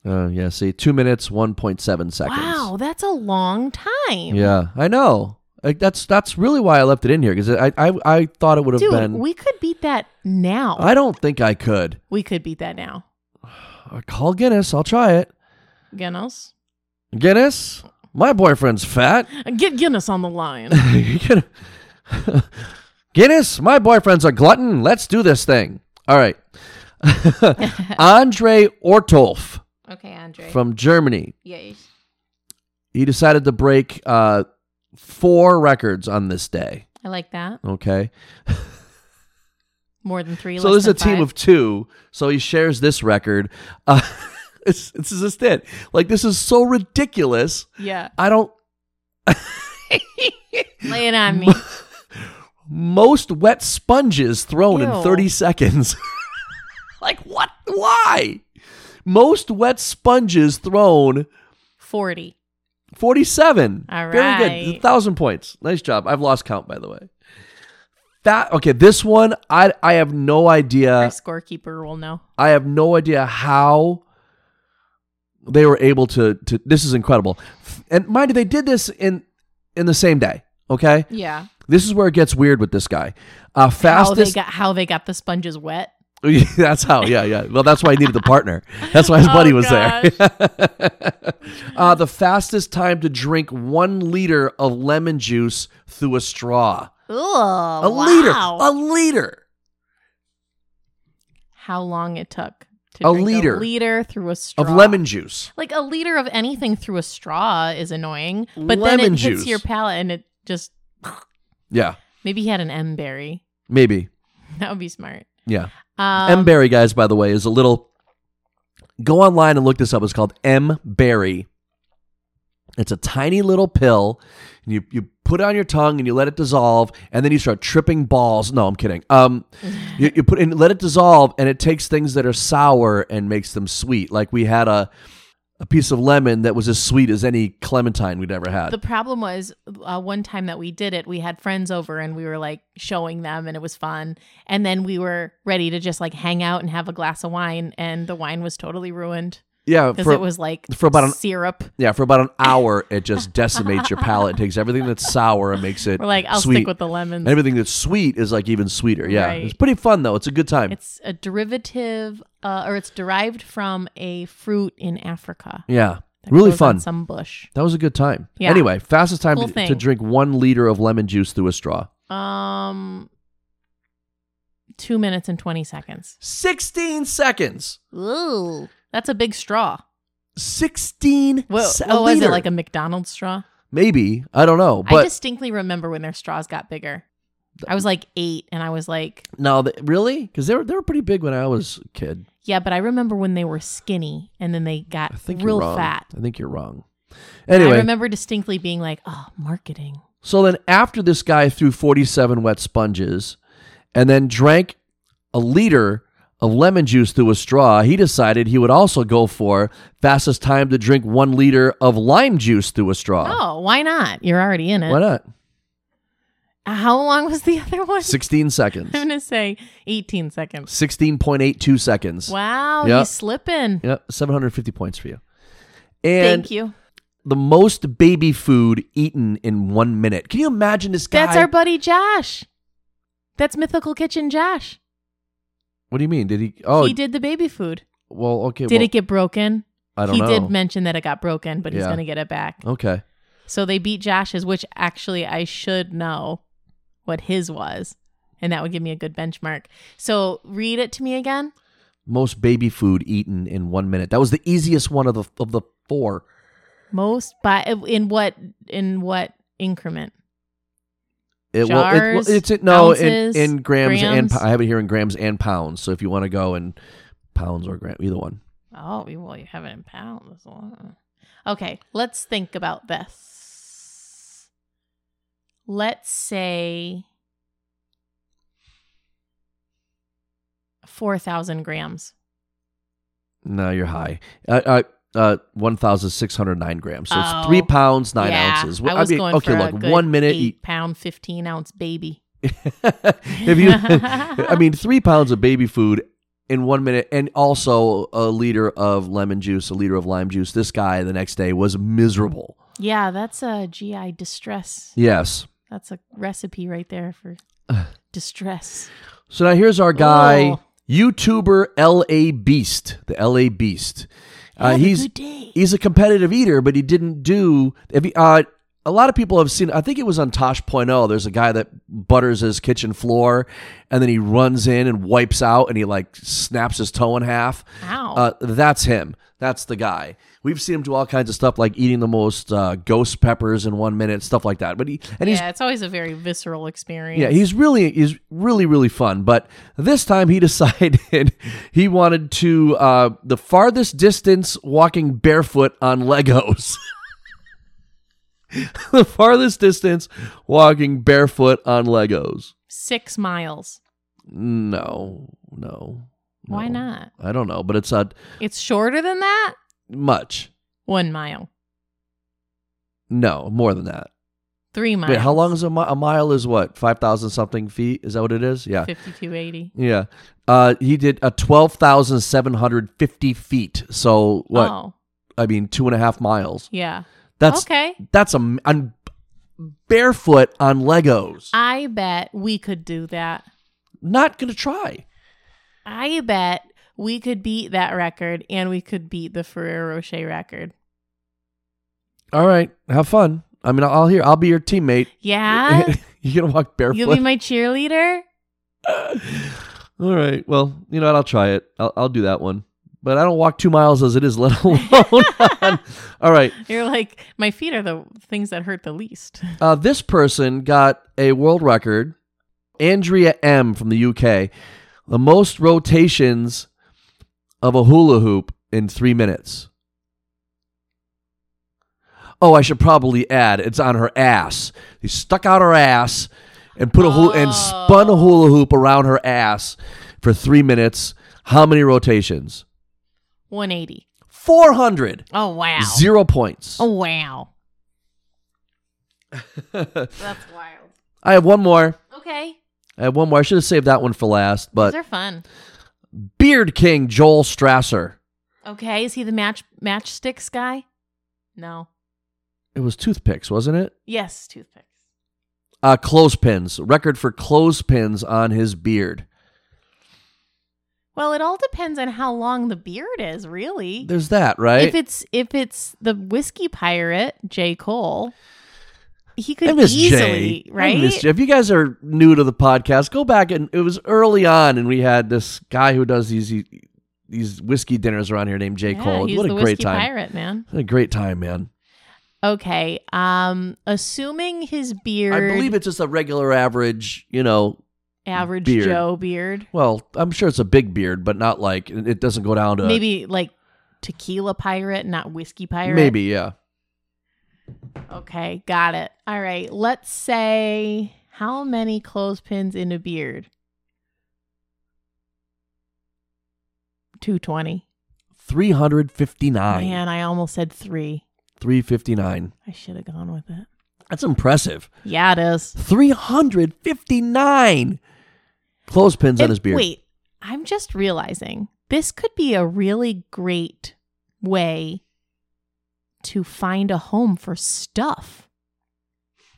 A: Uh, yeah. See, two minutes, one point seven seconds.
B: Wow, that's a long time.
A: Yeah, I know. Like that's that's really why I left it in here because I, I I thought it would have
B: dude,
A: been.
B: we could beat that now.
A: I don't think I could.
B: we could beat that now.
A: Uh, Call Guinness. I'll try it.
B: Guinness,
A: Guinness. My boyfriend's fat.
B: get Guinness on the line.
A: Guinness, my boyfriend's a glutton. Let's do this thing. All right. Andre Ortolf
B: okay, Andre.
A: from Germany.
B: Yes.
A: He decided to break uh, four records on this day.
B: I like that
A: Okay.
B: more than three.
A: so
B: less
A: this is a
B: than
A: team
B: five.
A: of two. So he shares this record. Uh, it's, this is just it. Like, this is so ridiculous.
B: yeah.
A: I don't.
B: Lay it on me.
A: most wet sponges thrown in
B: Ew.
A: 30 seconds. like what? Why? Most wet sponges thrown
B: Forty.
A: 47.
B: All
A: Very good.
B: right.
A: 1000 points. Nice job. I've lost count by the way. That Okay, this one I I have no
B: Our
A: idea.
B: scorekeeper will know.
A: I have no idea how they were able to to this is incredible. And mind you they did this in in the same day, okay?
B: Yeah.
A: This is where it gets weird with this guy. Uh
B: how they
A: fastest
B: got how they got the sponges wet.
A: that's how. Yeah, yeah. Well, that's why I needed the partner. That's why his
B: Oh,
A: buddy was there. uh, the fastest time to drink one liter of lemon juice through a straw.
B: Ugh,
A: A liter. A liter.
B: how long it took to
A: A
B: drink
A: liter.
B: a liter through a straw
A: Of lemon juice.
B: Like a liter of anything through a straw is annoying, but then
A: Lemon
B: it
A: juice.
B: hits your palate and it just
A: Yeah,
B: maybe he had an M berry.
A: maybe.
B: That would be smart.
A: Yeah.
B: Um,
A: M Berry, guys, by the way, is a little. Go online and look this up. It's called M Berry. It's a tiny little pill, and you you put it on your tongue and you let it dissolve, and then you start tripping balls. No, I'm kidding. Um, you, you put and let it dissolve, and it takes things that are sour and makes them sweet. Like we had a a piece of lemon that was as sweet as any clementine we'd ever had.
B: the problem was uh, one time that we did it, we had friends over and we were like showing them and it was fun. And then we were ready to just like hang out and have a glass of wine and the wine was totally ruined
A: yeah,
B: because
A: Uh, for
B: it was like
A: for about an-
B: syrup.
A: yeah for about an hour, it just decimates your palate. It takes everything that's sour and makes it
B: We're like, I'll
A: sweet.
B: stick with the lemons.
A: And everything that's sweet is like even sweeter. Yeah.
B: Mm. Right.
A: It's pretty fun though. It's a good time.
B: It's a derivative, uh, or it's derived from a fruit in Africa.
A: yeah.
B: that
A: Really
B: grows on
A: fun.
B: Some bush.
A: That was a good time.
B: Yeah.
A: Anyway, fastest time
B: Cool
A: to,
B: thing.
A: to drink one liter of lemon juice through a straw.
B: Um, two minutes and twenty seconds.
A: 16 seconds.
B: Ooh, that's a big straw.
A: 16
B: What,
A: se- a
B: what was it
A: liter.
B: like a McDonald's straw?
A: Maybe. I don't know. But
B: I distinctly remember when their straws got bigger. I was like eight, and I was like,
A: no, th- really? Because they were, they were pretty big when I was a kid.
B: yeah, but I remember when they were skinny, and then they got
A: I think
B: real
A: you're wrong.
B: fat.
A: I think you're wrong.
B: And I
A: Anyway,
B: remember distinctly being like, oh, marketing.
A: so then after this guy threw 47 wet sponges and then drank a liter of lemon juice through a straw, he decided he would also go for fastest time to drink one liter of lime juice through a straw.
B: Oh, why not? You're already in it.
A: Why not?
B: How long was the other one?
A: 16 seconds.
B: I'm gonna say 18 seconds.
A: 16.82 seconds.
B: Wow,
A: Yep.
B: he's slipping.
A: Yep, 750 points for you. And
B: Thank you.
A: the most baby food eaten in one minute. Can you imagine this guy?
B: That's our buddy Josh. That's Mythical Kitchen Josh.
A: what do you mean? Did he? Oh,
B: He did the baby food.
A: well, okay.
B: Did
A: well,
B: it get broken?
A: I don't
B: he
A: know.
B: did mention that it got broken, but he's
A: Yeah.
B: going to get it back.
A: okay.
B: So they beat Josh's, which actually I should know what his was. And that would give me a good benchmark. So read it to me again.
A: Most baby food eaten in one minute. That was the easiest one of the of the four.
B: Most by in what in what increment?
A: It well, it- well,
B: Jars,
A: it's it, no
B: ounces,
A: in, in grams, and
B: grams?
A: pou- I have it here in grams and pounds. So if you want to go in pounds or gram, either one.
B: Oh, you- well, you have it in pounds. Okay, let's think about this. Let's say 4,000 grams.
A: No, you're high. Uh, uh, uh, one thousand six hundred nine grams. So
B: Oh.
A: it's three pounds nine ounces.
B: I
A: Well,
B: was
A: mean,
B: going
A: okay,
B: for
A: look,
B: a good
A: one minute.
B: eight pound, 15 ounce baby.
A: if you, I mean, three pounds of baby food in one minute, and also a liter of lemon juice, a liter of lime juice. This guy the next day was miserable.
B: Yeah, that's a GI distress.
A: Yes.
B: That's a recipe right there for distress.
A: So now here's our guy,
B: Oh.
A: YouTuber LA Beast, the LA Beast. Uh,
B: Have a
A: he's
B: good day.
A: he's a competitive eater, but he didn't do. If he, uh, a lot of people have seen, I think it was on Tosh.0. There's a guy that butters his kitchen floor, and then he runs in and wipes out, and he like snaps his toe in half.
B: Ow.
A: Uh, that's him. That's the guy. We've seen him do all kinds of stuff, like eating the most uh, ghost peppers in one minute, stuff like that. But he and he's
B: yeah, it's always a very visceral experience.
A: yeah, he's really he's really really fun. But this time he decided he wanted to uh, the farthest distance walking barefoot on Legos. the farthest distance walking barefoot on Legos.
B: Six miles.
A: No, no.
B: Why
A: no.
B: not?
A: I don't know, but it's not
B: It's shorter than that?
A: much.
B: One mile.
A: No, more than that.
B: Three miles.
A: Wait, how long is a mile? A mile is what? 5,000 something feet? Is that what it is? Yeah.
B: 5280.
A: Yeah. Uh, he did a 12,750 feet. So what?
B: Oh,
A: I mean, two and a half miles.
B: yeah.
A: That's,
B: okay.
A: that's a, I'm barefoot on Legos.
B: I bet we could do that.
A: Not going to try.
B: I bet we could beat that record and we could beat the Ferrero Rocher record.
A: All right. Have fun. I mean, I'll, I'll hear, I'll be your teammate.
B: Yeah?
A: you going to walk
B: You'll be
A: barefoot.
B: my cheerleader?
A: All right. Well, you know what? I'll try it. I'll, I'll do that one. But I don't walk two miles as it is, let alone. All right.
B: You're like, my feet are the things that hurt the least.
A: Uh, this person got a world record. Andrea M from the UK, the most rotations of a hula hoop in three minutes. Oh, I should probably add it's on her ass. She stuck out her ass and put a hula and spun a
B: Oh.
A: hula hoop around her ass for three minutes. How many rotations?
B: 180.
A: Four hundred.
B: Oh, wow.
A: Zero points.
B: Oh, wow. That's wild.
A: I have one more.
B: Okay.
A: I have one more. I should have saved that one for last, but
B: Those are fun.
A: Beard King Joel Strasser.
B: Okay, is he the match matchsticks guy? No.
A: It was toothpicks, wasn't it?
B: Yes, toothpicks.
A: Uh, clothespins. Record for clothespins on his beard.
B: Well, it all depends on how long the beard is, really.
A: There's that, right?
B: If it's if it's the whiskey pirate J Cole, he could
A: I miss
B: easily
A: Jay. I
B: right.
A: miss Jay. If you guys are new to the podcast, go back and it was early on, and we had this guy who does these these whiskey dinners around here named Jay
B: Yeah,
A: Cole.
B: he's
A: What a
B: the
A: great
B: whiskey
A: time!
B: pirate man.
A: What a great time, man!
B: Okay, um, assuming his beard,
A: I believe it's just a regular average, you know.
B: average
A: beard.
B: Joe beard,
A: Well, I'm sure it's a big beard, but not like it doesn't go down to
B: maybe like tequila pirate, not whiskey pirate.
A: maybe, yeah.
B: Okay, got it. All right, let's say how many clothespins in a beard? 220.
A: Three hundred fifty nine.
B: Man, I almost said three.
A: Three fifty nine.
B: I should have gone with it.
A: That's impressive.
B: Yeah, it is.
A: 359 clothespins on
B: And
A: his beard.
B: Wait, I'm just realizing this could be a really great way to find a home for stuff.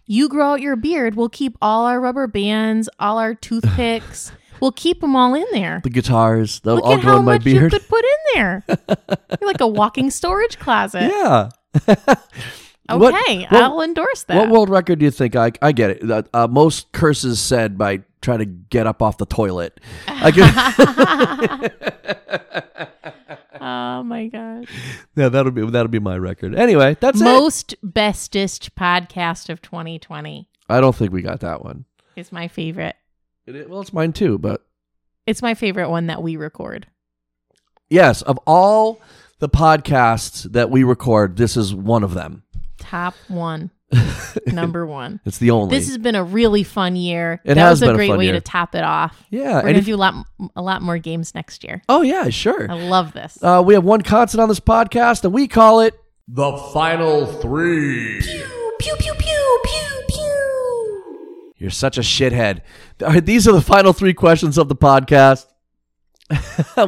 B: You grow out your beard, we'll keep all our rubber bands, all our toothpicks. we'll keep them all in there.
A: The guitars, they'll
B: Look
A: all
B: at
A: go
B: how
A: in my
B: much you
A: beard.
B: could put in there. You're like a walking storage closet.
A: yeah. What-
B: Okay,
A: what-
B: I'll endorse that.
A: What world record do you think? I I get it. The, uh, most curses said by trying to get up off the toilet. I get-
B: oh my gosh.
A: yeah, that'll be that'll be my record. Anyway, that's it.
B: Most bestest podcast of 2020
A: I don't think we got that one.
B: is my favorite.
A: It, it- well, it's mine too, but
B: It's my favorite one that we record.
A: yes, of all the podcasts that we record, this is one of them.
B: Top one, number one.
A: It's the only.
B: This has been a really fun year.
A: It
B: that
A: has
B: was
A: been
B: a
A: a
B: great
A: fun
B: way
A: year. Uh,
B: to top it off.
A: yeah,
B: We're
A: and
B: gonna
A: if,
B: do a lot, a lot more games next year.
A: oh yeah, sure.
B: I love this.
A: Uh, we have one constant on this podcast, and we call it the final three.
B: pew pew pew pew pew.
A: You're such a shithead. All right, These are the final three questions of the podcast.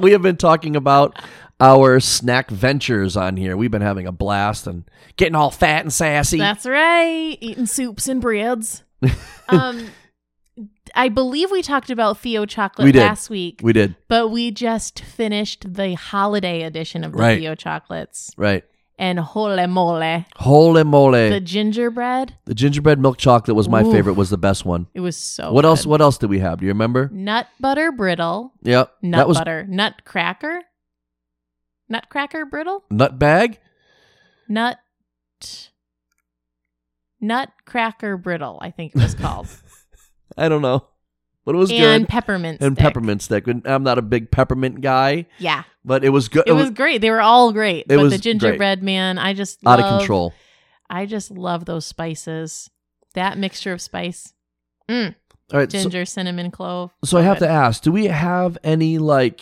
A: we have been talking about our snack ventures on here. We've been having a blast and getting all fat and sassy.
B: That's right. Eating soups and breads. um, I believe we talked about Theo chocolate
A: We did.
B: last week,
A: we did.
B: but we just finished the holiday edition of the
A: Right.
B: Theo chocolates.
A: Right.
B: And holy moly,
A: Holy mole.
B: the
A: The,
B: gingerbread.
A: gingerbread milk chocolate was my
B: Oof.
A: favorite, was the best one.
B: It was so.
A: what else
B: good.
A: what else did we have? Do you remember?
B: Nut butter brittle.
A: Yep.
B: Nut
A: that was
B: butter. Nut cracker. Nutcracker brittle.
A: nut bag?
B: Nut. Nutcracker brittle. I think it was called.
A: I don't know. But it was
B: and
A: good.
B: peppermint.
A: And
B: stick.
A: peppermint stick. And I'm not a big peppermint guy,
B: Yeah.
A: but it was good.
B: it was great. They were all
A: It
B: great. but
A: was
B: the
A: great.
B: gingerbread man, I just
A: out
B: love-
A: of control.
B: I just love those spices. That mixture of spice,
A: All right. so-
B: ginger, cinnamon, clove.
A: So I have
B: Good.
A: to ask, do we have any like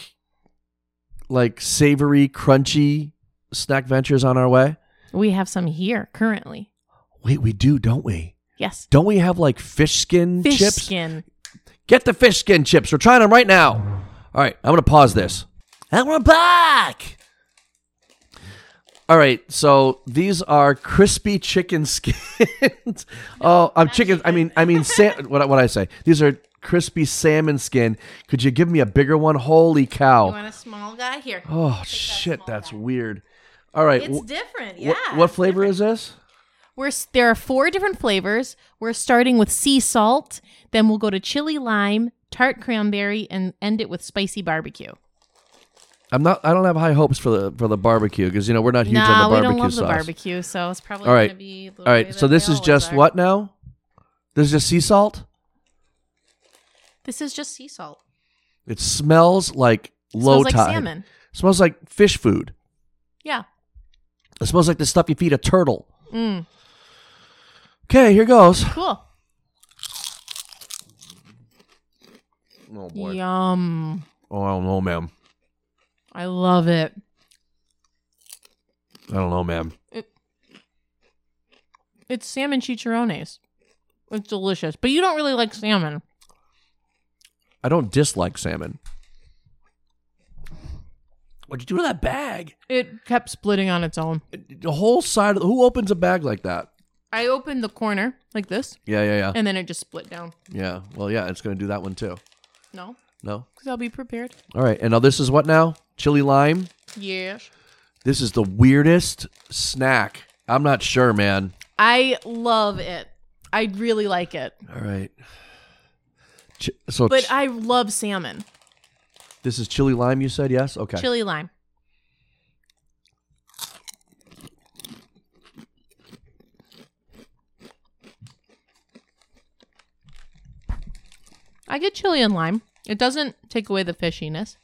A: like savory, crunchy snack ventures on our way?
B: We have some here currently.
A: Wait, we do, don't we?
B: Yes.
A: Don't we have like fish skin
B: Fish
A: chips?
B: skin.
A: Get the fish skin chips. We're trying them right now. All right, I'm gonna pause this. And we're back. All right, so these are crispy chicken skins. oh, I'm chicken. I mean, I mean, sa- what what I say? These are crispy salmon skin. Could you give me a bigger one? Holy cow!
B: You want a small guy? Here.
A: Oh shit, that's weird. All right,
B: It's
A: wh-
B: different.
A: wh-
B: Yeah.
A: what flavor is this?
B: We're, s- there are four different flavors. We're starting with sea salt, then we'll go to chili lime, tart cranberry, and end it with spicy barbecue.
A: I'm not. I don't have high hopes for the for the barbecue because you know we're not huge on
B: nah,
A: the
B: we
A: barbecue
B: don't love
A: sauce.
B: the barbecue, so it's probably
A: All right.
B: going to be. The
A: All
B: way
A: right, so
B: that
A: this
B: they
A: is
B: always
A: just
B: are.
A: what now? This is just sea salt.
B: This is just sea salt.
A: It smells like low
B: Smells like
A: tide.
B: salmon.
A: Smells like fish food.
B: Yeah.
A: It smells like the stuff you feed a turtle.
B: Mm,
A: Okay, here goes.
B: cool.
A: Oh
B: Yum.
A: Oh, I don't know, ma'am.
B: I love it.
A: I don't know, ma'am.
B: It's salmon chicharrones. It's delicious, but you don't really like salmon.
A: I don't dislike salmon. What'd you do to that bag?
B: It kept splitting on its own.
A: the whole side of who opens a bag like that
B: I opened the corner like this,
A: yeah yeah yeah
B: and then it just split down.
A: yeah well yeah it's gonna do that one too
B: No,
A: no
B: because I'll be prepared.
A: all right and now this is what now chili lime
B: Yes.
A: this is the weirdest snack i'm not sure man
B: I love it. I really like it,
A: all right Ch- so
B: but
A: ch-
B: I love salmon.
A: this is chili lime you said yes okay
B: Chili lime. I get chili and lime. It doesn't take away the fishiness,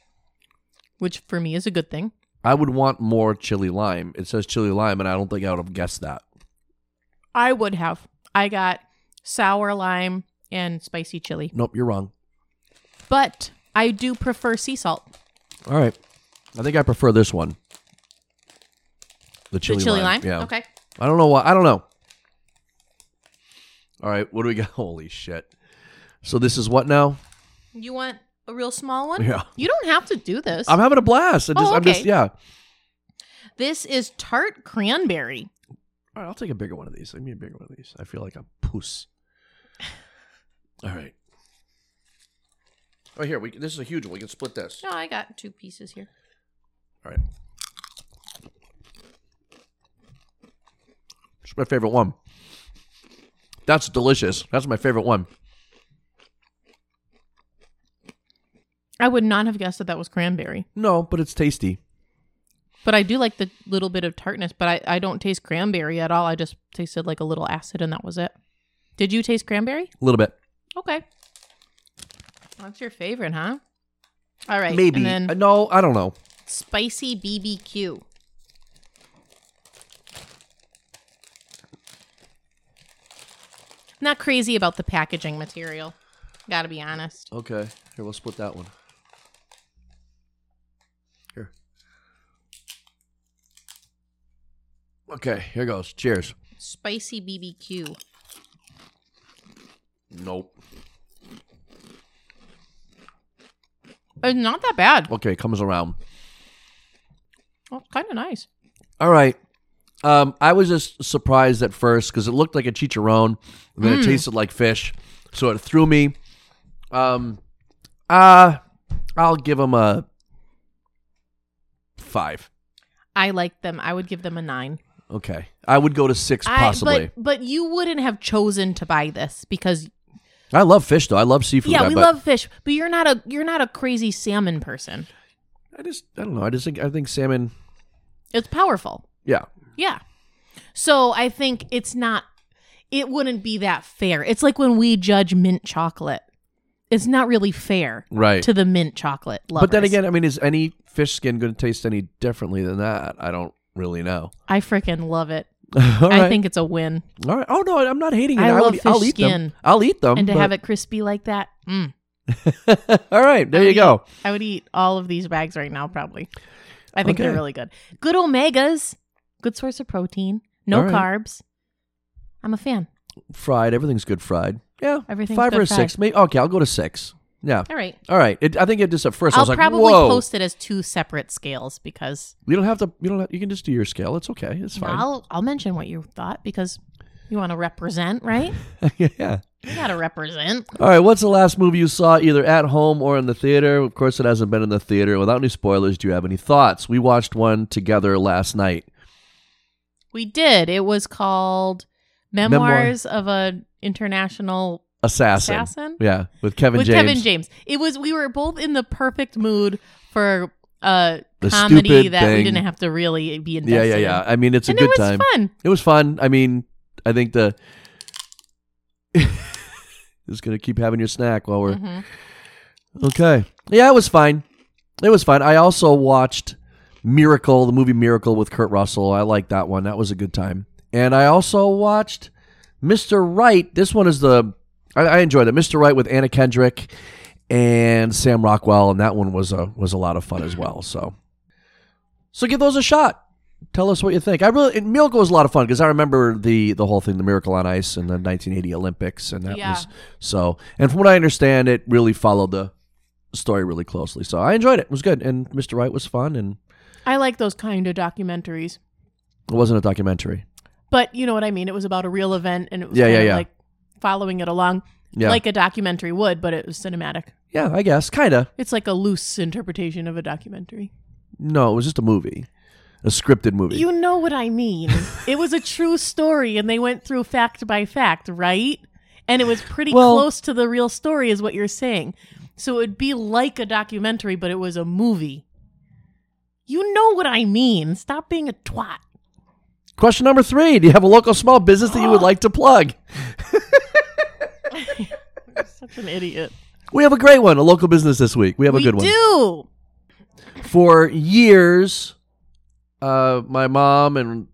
B: which for me is a good thing.
A: i would want more chili lime it says chili lime and i don't think i would have guessed that
B: I would have. I got sour lime and spicy chili,
A: nope you're wrong
B: but I do prefer sea salt.
A: all right i think i prefer this one the
B: to
A: chili,
B: chili lime.
A: yeah
B: Okay.
A: I don't know why. I don't know. All right, what do we got? Holy shit! So this is what now?
B: You want a real small one?
A: Yeah.
B: You don't have to do this.
A: I'm having a blast. I
B: Oh,
A: just, I'm just,
B: okay.
A: yeah.
B: This is tart cranberry.
A: All right, I'll take a bigger one of these. Give me a bigger one of these. I feel like a poos. All right. Oh, here we. This is a huge one. We can split this.
B: No, I got two pieces here.
A: All right. It's my favorite one. That's delicious. That's my favorite one.
B: I would not have guessed that that was cranberry,
A: No, but it's tasty.
B: but I do like the little bit of tartness. But I, I don't taste cranberry at all. I just tasted like a little acid, and that was it. Did you taste cranberry?
A: A little bit.
B: Okay. That's your favorite, huh? All right.
A: Maybe.
B: And then
A: Uh, no, I don't know.
B: spicy BBQ. Not crazy about the packaging material. Gotta be honest.
A: Okay. Here, we'll split that one. Here. Okay, here goes. Cheers.
B: Spicy BBQ.
A: Nope.
B: It's not that bad.
A: Okay, comes around.
B: Well, it's kind of nice.
A: All right. Um, I was just surprised at first because it looked like a chicharron, and then it
B: Mm.
A: tasted like fish, so it threw me. Um, uh, I'll give him a five.
B: I like them. I would give them a nine.
A: Okay, I would go to six possibly.
B: I, but but you wouldn't have chosen to buy this because
A: I love fish though. I love seafood.
B: yeah
A: I
B: we
A: bet.
B: love fish, but you're not a you're not a crazy salmon person.
A: I just I don't know. I just think I think salmon.
B: It's powerful.
A: Yeah.
B: Yeah. So I think it's not it wouldn't be that fair. It's like when we judge mint chocolate. It's not really fair
A: Right.
B: to the mint chocolate lovers.
A: but then again, I mean, is any fish skin going to taste any differently than that? I don't really know.
B: I freaking love it.
A: All
B: I
A: right.
B: think it's a win.
A: All right. Oh no, I'm not hating it.
B: I
A: I,
B: love
A: would, I'll
B: fish
A: eat
B: skin.
A: them. I'll eat them.
B: And to
A: Um, but-
B: have it crispy like that, mm,
A: All right, there
B: I
A: you
B: would
A: go.
B: eat- I would eat all of these bags right now, probably. I think they're
A: Okay.
B: really good. Good omegas, good source of protein, no
A: All right.
B: carbs. I'm a fan.
A: Fried, everything's good fried. Yeah,
B: Everything's
A: five
B: good
A: or a
B: fried.
A: six. Maybe okay, I'll go to six. Yeah.
B: All right.
A: All right. It, I think it just at first I
B: I'll
A: was like,
B: probably
A: whoa.
B: post it as two separate scales because
A: you don't have to. You don't. Have, you can just do your scale. It's okay. It's
B: No,
A: fine.
B: I'll I'll mention what you thought because you want to represent, right?
A: yeah.
B: You gotta represent.
A: All right. What's the last movie you saw either at home or in the theater? Of course, it hasn't been in the theater. Without any spoilers, do you have any thoughts? We watched one together last night.
B: We did. It was called
A: Memoir.
B: Memoirs of an International
A: Assassin.
B: Assassin
A: Yeah, with Kevin
B: with
A: James.
B: Kevin James. It was we were both in the perfect mood for a
A: The
B: comedy
A: stupid
B: that we
A: thing.
B: didn't have to really be invested.
A: yeah, yeah, yeah.
B: in.
A: I mean, it's a
B: and
A: good
B: it was
A: time.
B: fun.
A: It was fun. I mean, I think the just gonna keep having your snack while we're
B: Mhm.
A: okay. Yeah, it was fine. It was fine. I also watched Miracle, the movie Miracle with Kurt Russell. I liked that one. That was a good time. And I also watched Mr. Right. This one is the I, I enjoyed it. Mr. Right with Anna Kendrick and Sam Rockwell, and that one was a was a lot of fun as well. So, so give those a shot. Tell us what you think. I really and Miracle was a lot of fun because I remember the the whole thing, the Miracle on Ice, and the 1980 Olympics, and that
B: Yeah.
A: was so. And from what I understand, it really followed the story really closely. So I enjoyed it. It was good, and Mr. Right was fun, and
B: I like those kind of documentaries,
A: it wasn't a documentary.
B: but you know what I mean. It was about a real event, and it was
A: Yeah, yeah,
B: kinda
A: yeah.
B: like following it along
A: Yeah,
B: like a documentary would, but it was cinematic.
A: yeah, I guess kind of.
B: It's like a loose interpretation of a documentary.
A: No, it was just a movie, a scripted movie.
B: You know what I mean. it was a true story and they went through fact by fact, right? And it was pretty
A: Well-
B: close to the real story is what you're saying. So it would be like a documentary, but it was a movie. You know what I mean. Stop being a twat.
A: Question number three: Do you have a local small business that you would like to plug?
B: You're such an idiot.
A: We have a great one, a local business this week. We have a
B: we
A: good one.
B: do.
A: For years, uh, my mom and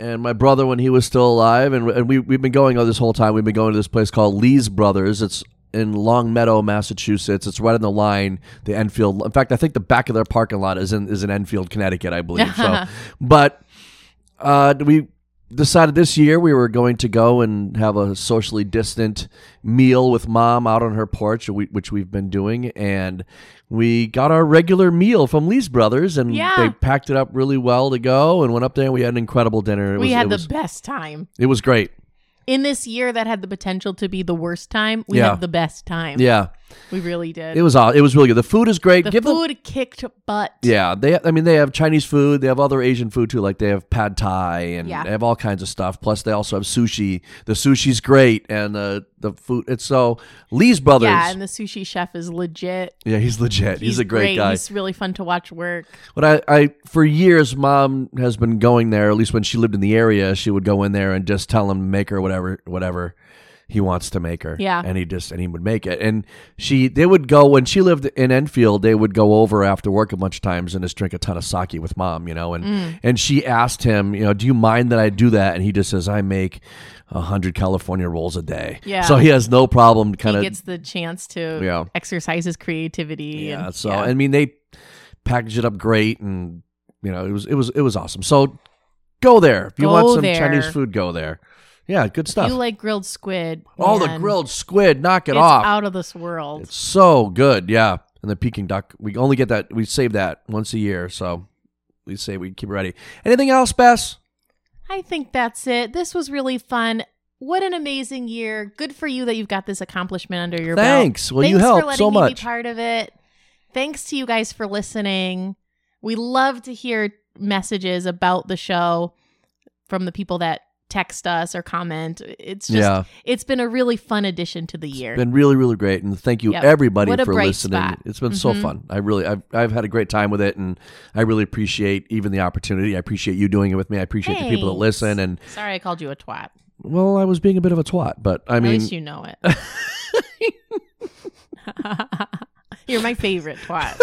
A: and my brother, when he was still alive, and, and we we've been going oh, this whole time. We've been going to this place called Lee's Brothers. It's in Long Meadow, Massachusetts. It's right on the line, the Enfield. In fact, I think the back of their parking lot is in is in Enfield, Connecticut, I believe. so, but uh, we decided this year we were going to go and have a socially distant meal with mom out on her porch, we- which we've been doing. And we got our regular meal from Lee's Brothers, and
B: Yeah.
A: they packed it up really well to go. And went up there, and we had an incredible dinner. It
B: we
A: was,
B: had
A: it
B: the
A: was,
B: best time
A: it was great.
B: in this year that had the potential to be the worst time. We
A: Yeah.
B: had the best time.
A: Yeah,
B: we really did.
A: it was aw- it was really good. The food is great.
B: the
A: Give them
B: food kicked butt.
A: Yeah, they. I mean, they have Chinese food. They have other Asian food too. Like they have pad thai and
B: Yeah.
A: they have all kinds of stuff. Plus, they also have sushi. The sushi's great, and the the food. It's so Lee's brothers.
B: Yeah,
A: Yeah,
B: and the sushi chef is legit.
A: he's legit. He's, a great, guy.
B: He's really fun to watch work.
A: But I, I, for years, mom has been going there. At least when she lived in the area, she would go in there and just tell him to make her whatever, whatever he wants to make her.
B: Yeah.
A: and he just and he would make it. And she, they would go when she lived in Enfield. They would go over after work a bunch of times and just drink a ton of sake with mom. You know, and
B: Mm.
A: and she asked him, you know, do you mind that I do that? And he just says, I make a hundred California rolls a day.
B: Yeah.
A: so he has no problem kind
B: he
A: of
B: gets the chance to
A: Yeah.
B: exercise his creativity.
A: yeah.
B: and,
A: So
B: yeah.
A: I mean, they packaged it up great, and you know, it was it was it was awesome. So go there if you
B: Go
A: want some
B: there.
A: Chinese food. Go there. Yeah, good
B: you
A: stuff.
B: like grilled squid.
A: All the
B: man.
A: grilled squid, knock it
B: It's
A: off.
B: out of this world.
A: It's so good. Yeah, and the Peking duck. We only get that. We save that once a year. So we say we keep it ready. Anything else, Bess?
B: I think that's it. This was really fun. What an amazing year. Good for you that you've got this accomplishment under your belt.
A: Thanks. Well, you
B: Thanks for
A: helped
B: letting
A: so
B: me
A: much.
B: be part of it. Thanks to you guys for listening. We love to hear messages about the show from the people that text us or comment. It's just
A: Yeah.
B: it's been a really fun addition to the year.
A: been really really great and thank you
B: Yep.
A: everybody
B: What a
A: for
B: bright
A: listening
B: spot.
A: it's been so
B: Mhm.
A: fun i really I've, I've had a great time with it and i really appreciate even the opportunity i appreciate you doing it with me i appreciate the people that
B: Thanks.
A: listen and
B: Sorry I called you a twat.
A: well i was being a bit of a twat but i
B: At
A: mean
B: least you know it. You're my favorite twat.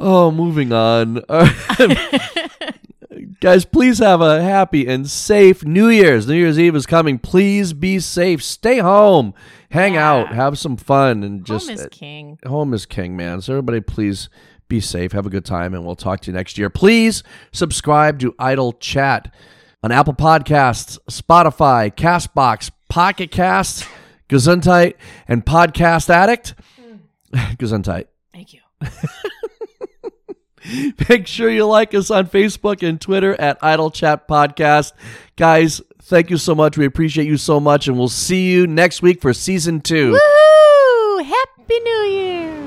A: oh moving on guys please have a happy and safe new year's new year's eve is coming please be safe stay home hang
B: Yeah.
A: out have some fun and just
B: Home is king.
A: home is king, man. So everybody, please be safe, have a good time, and we'll talk to you next year. Please subscribe to Idle Chat on Apple Podcasts, Spotify, Castbox, Pocket Casts, Gesundheit, and Podcast Addict. Gesundheit.
B: Thank you.
A: Make sure you like us on Facebook and Twitter at Idle Chat Podcast. Guys, thank you so much. We appreciate you so much, and we'll see you next week for season two.
B: Woo! Happy New Year!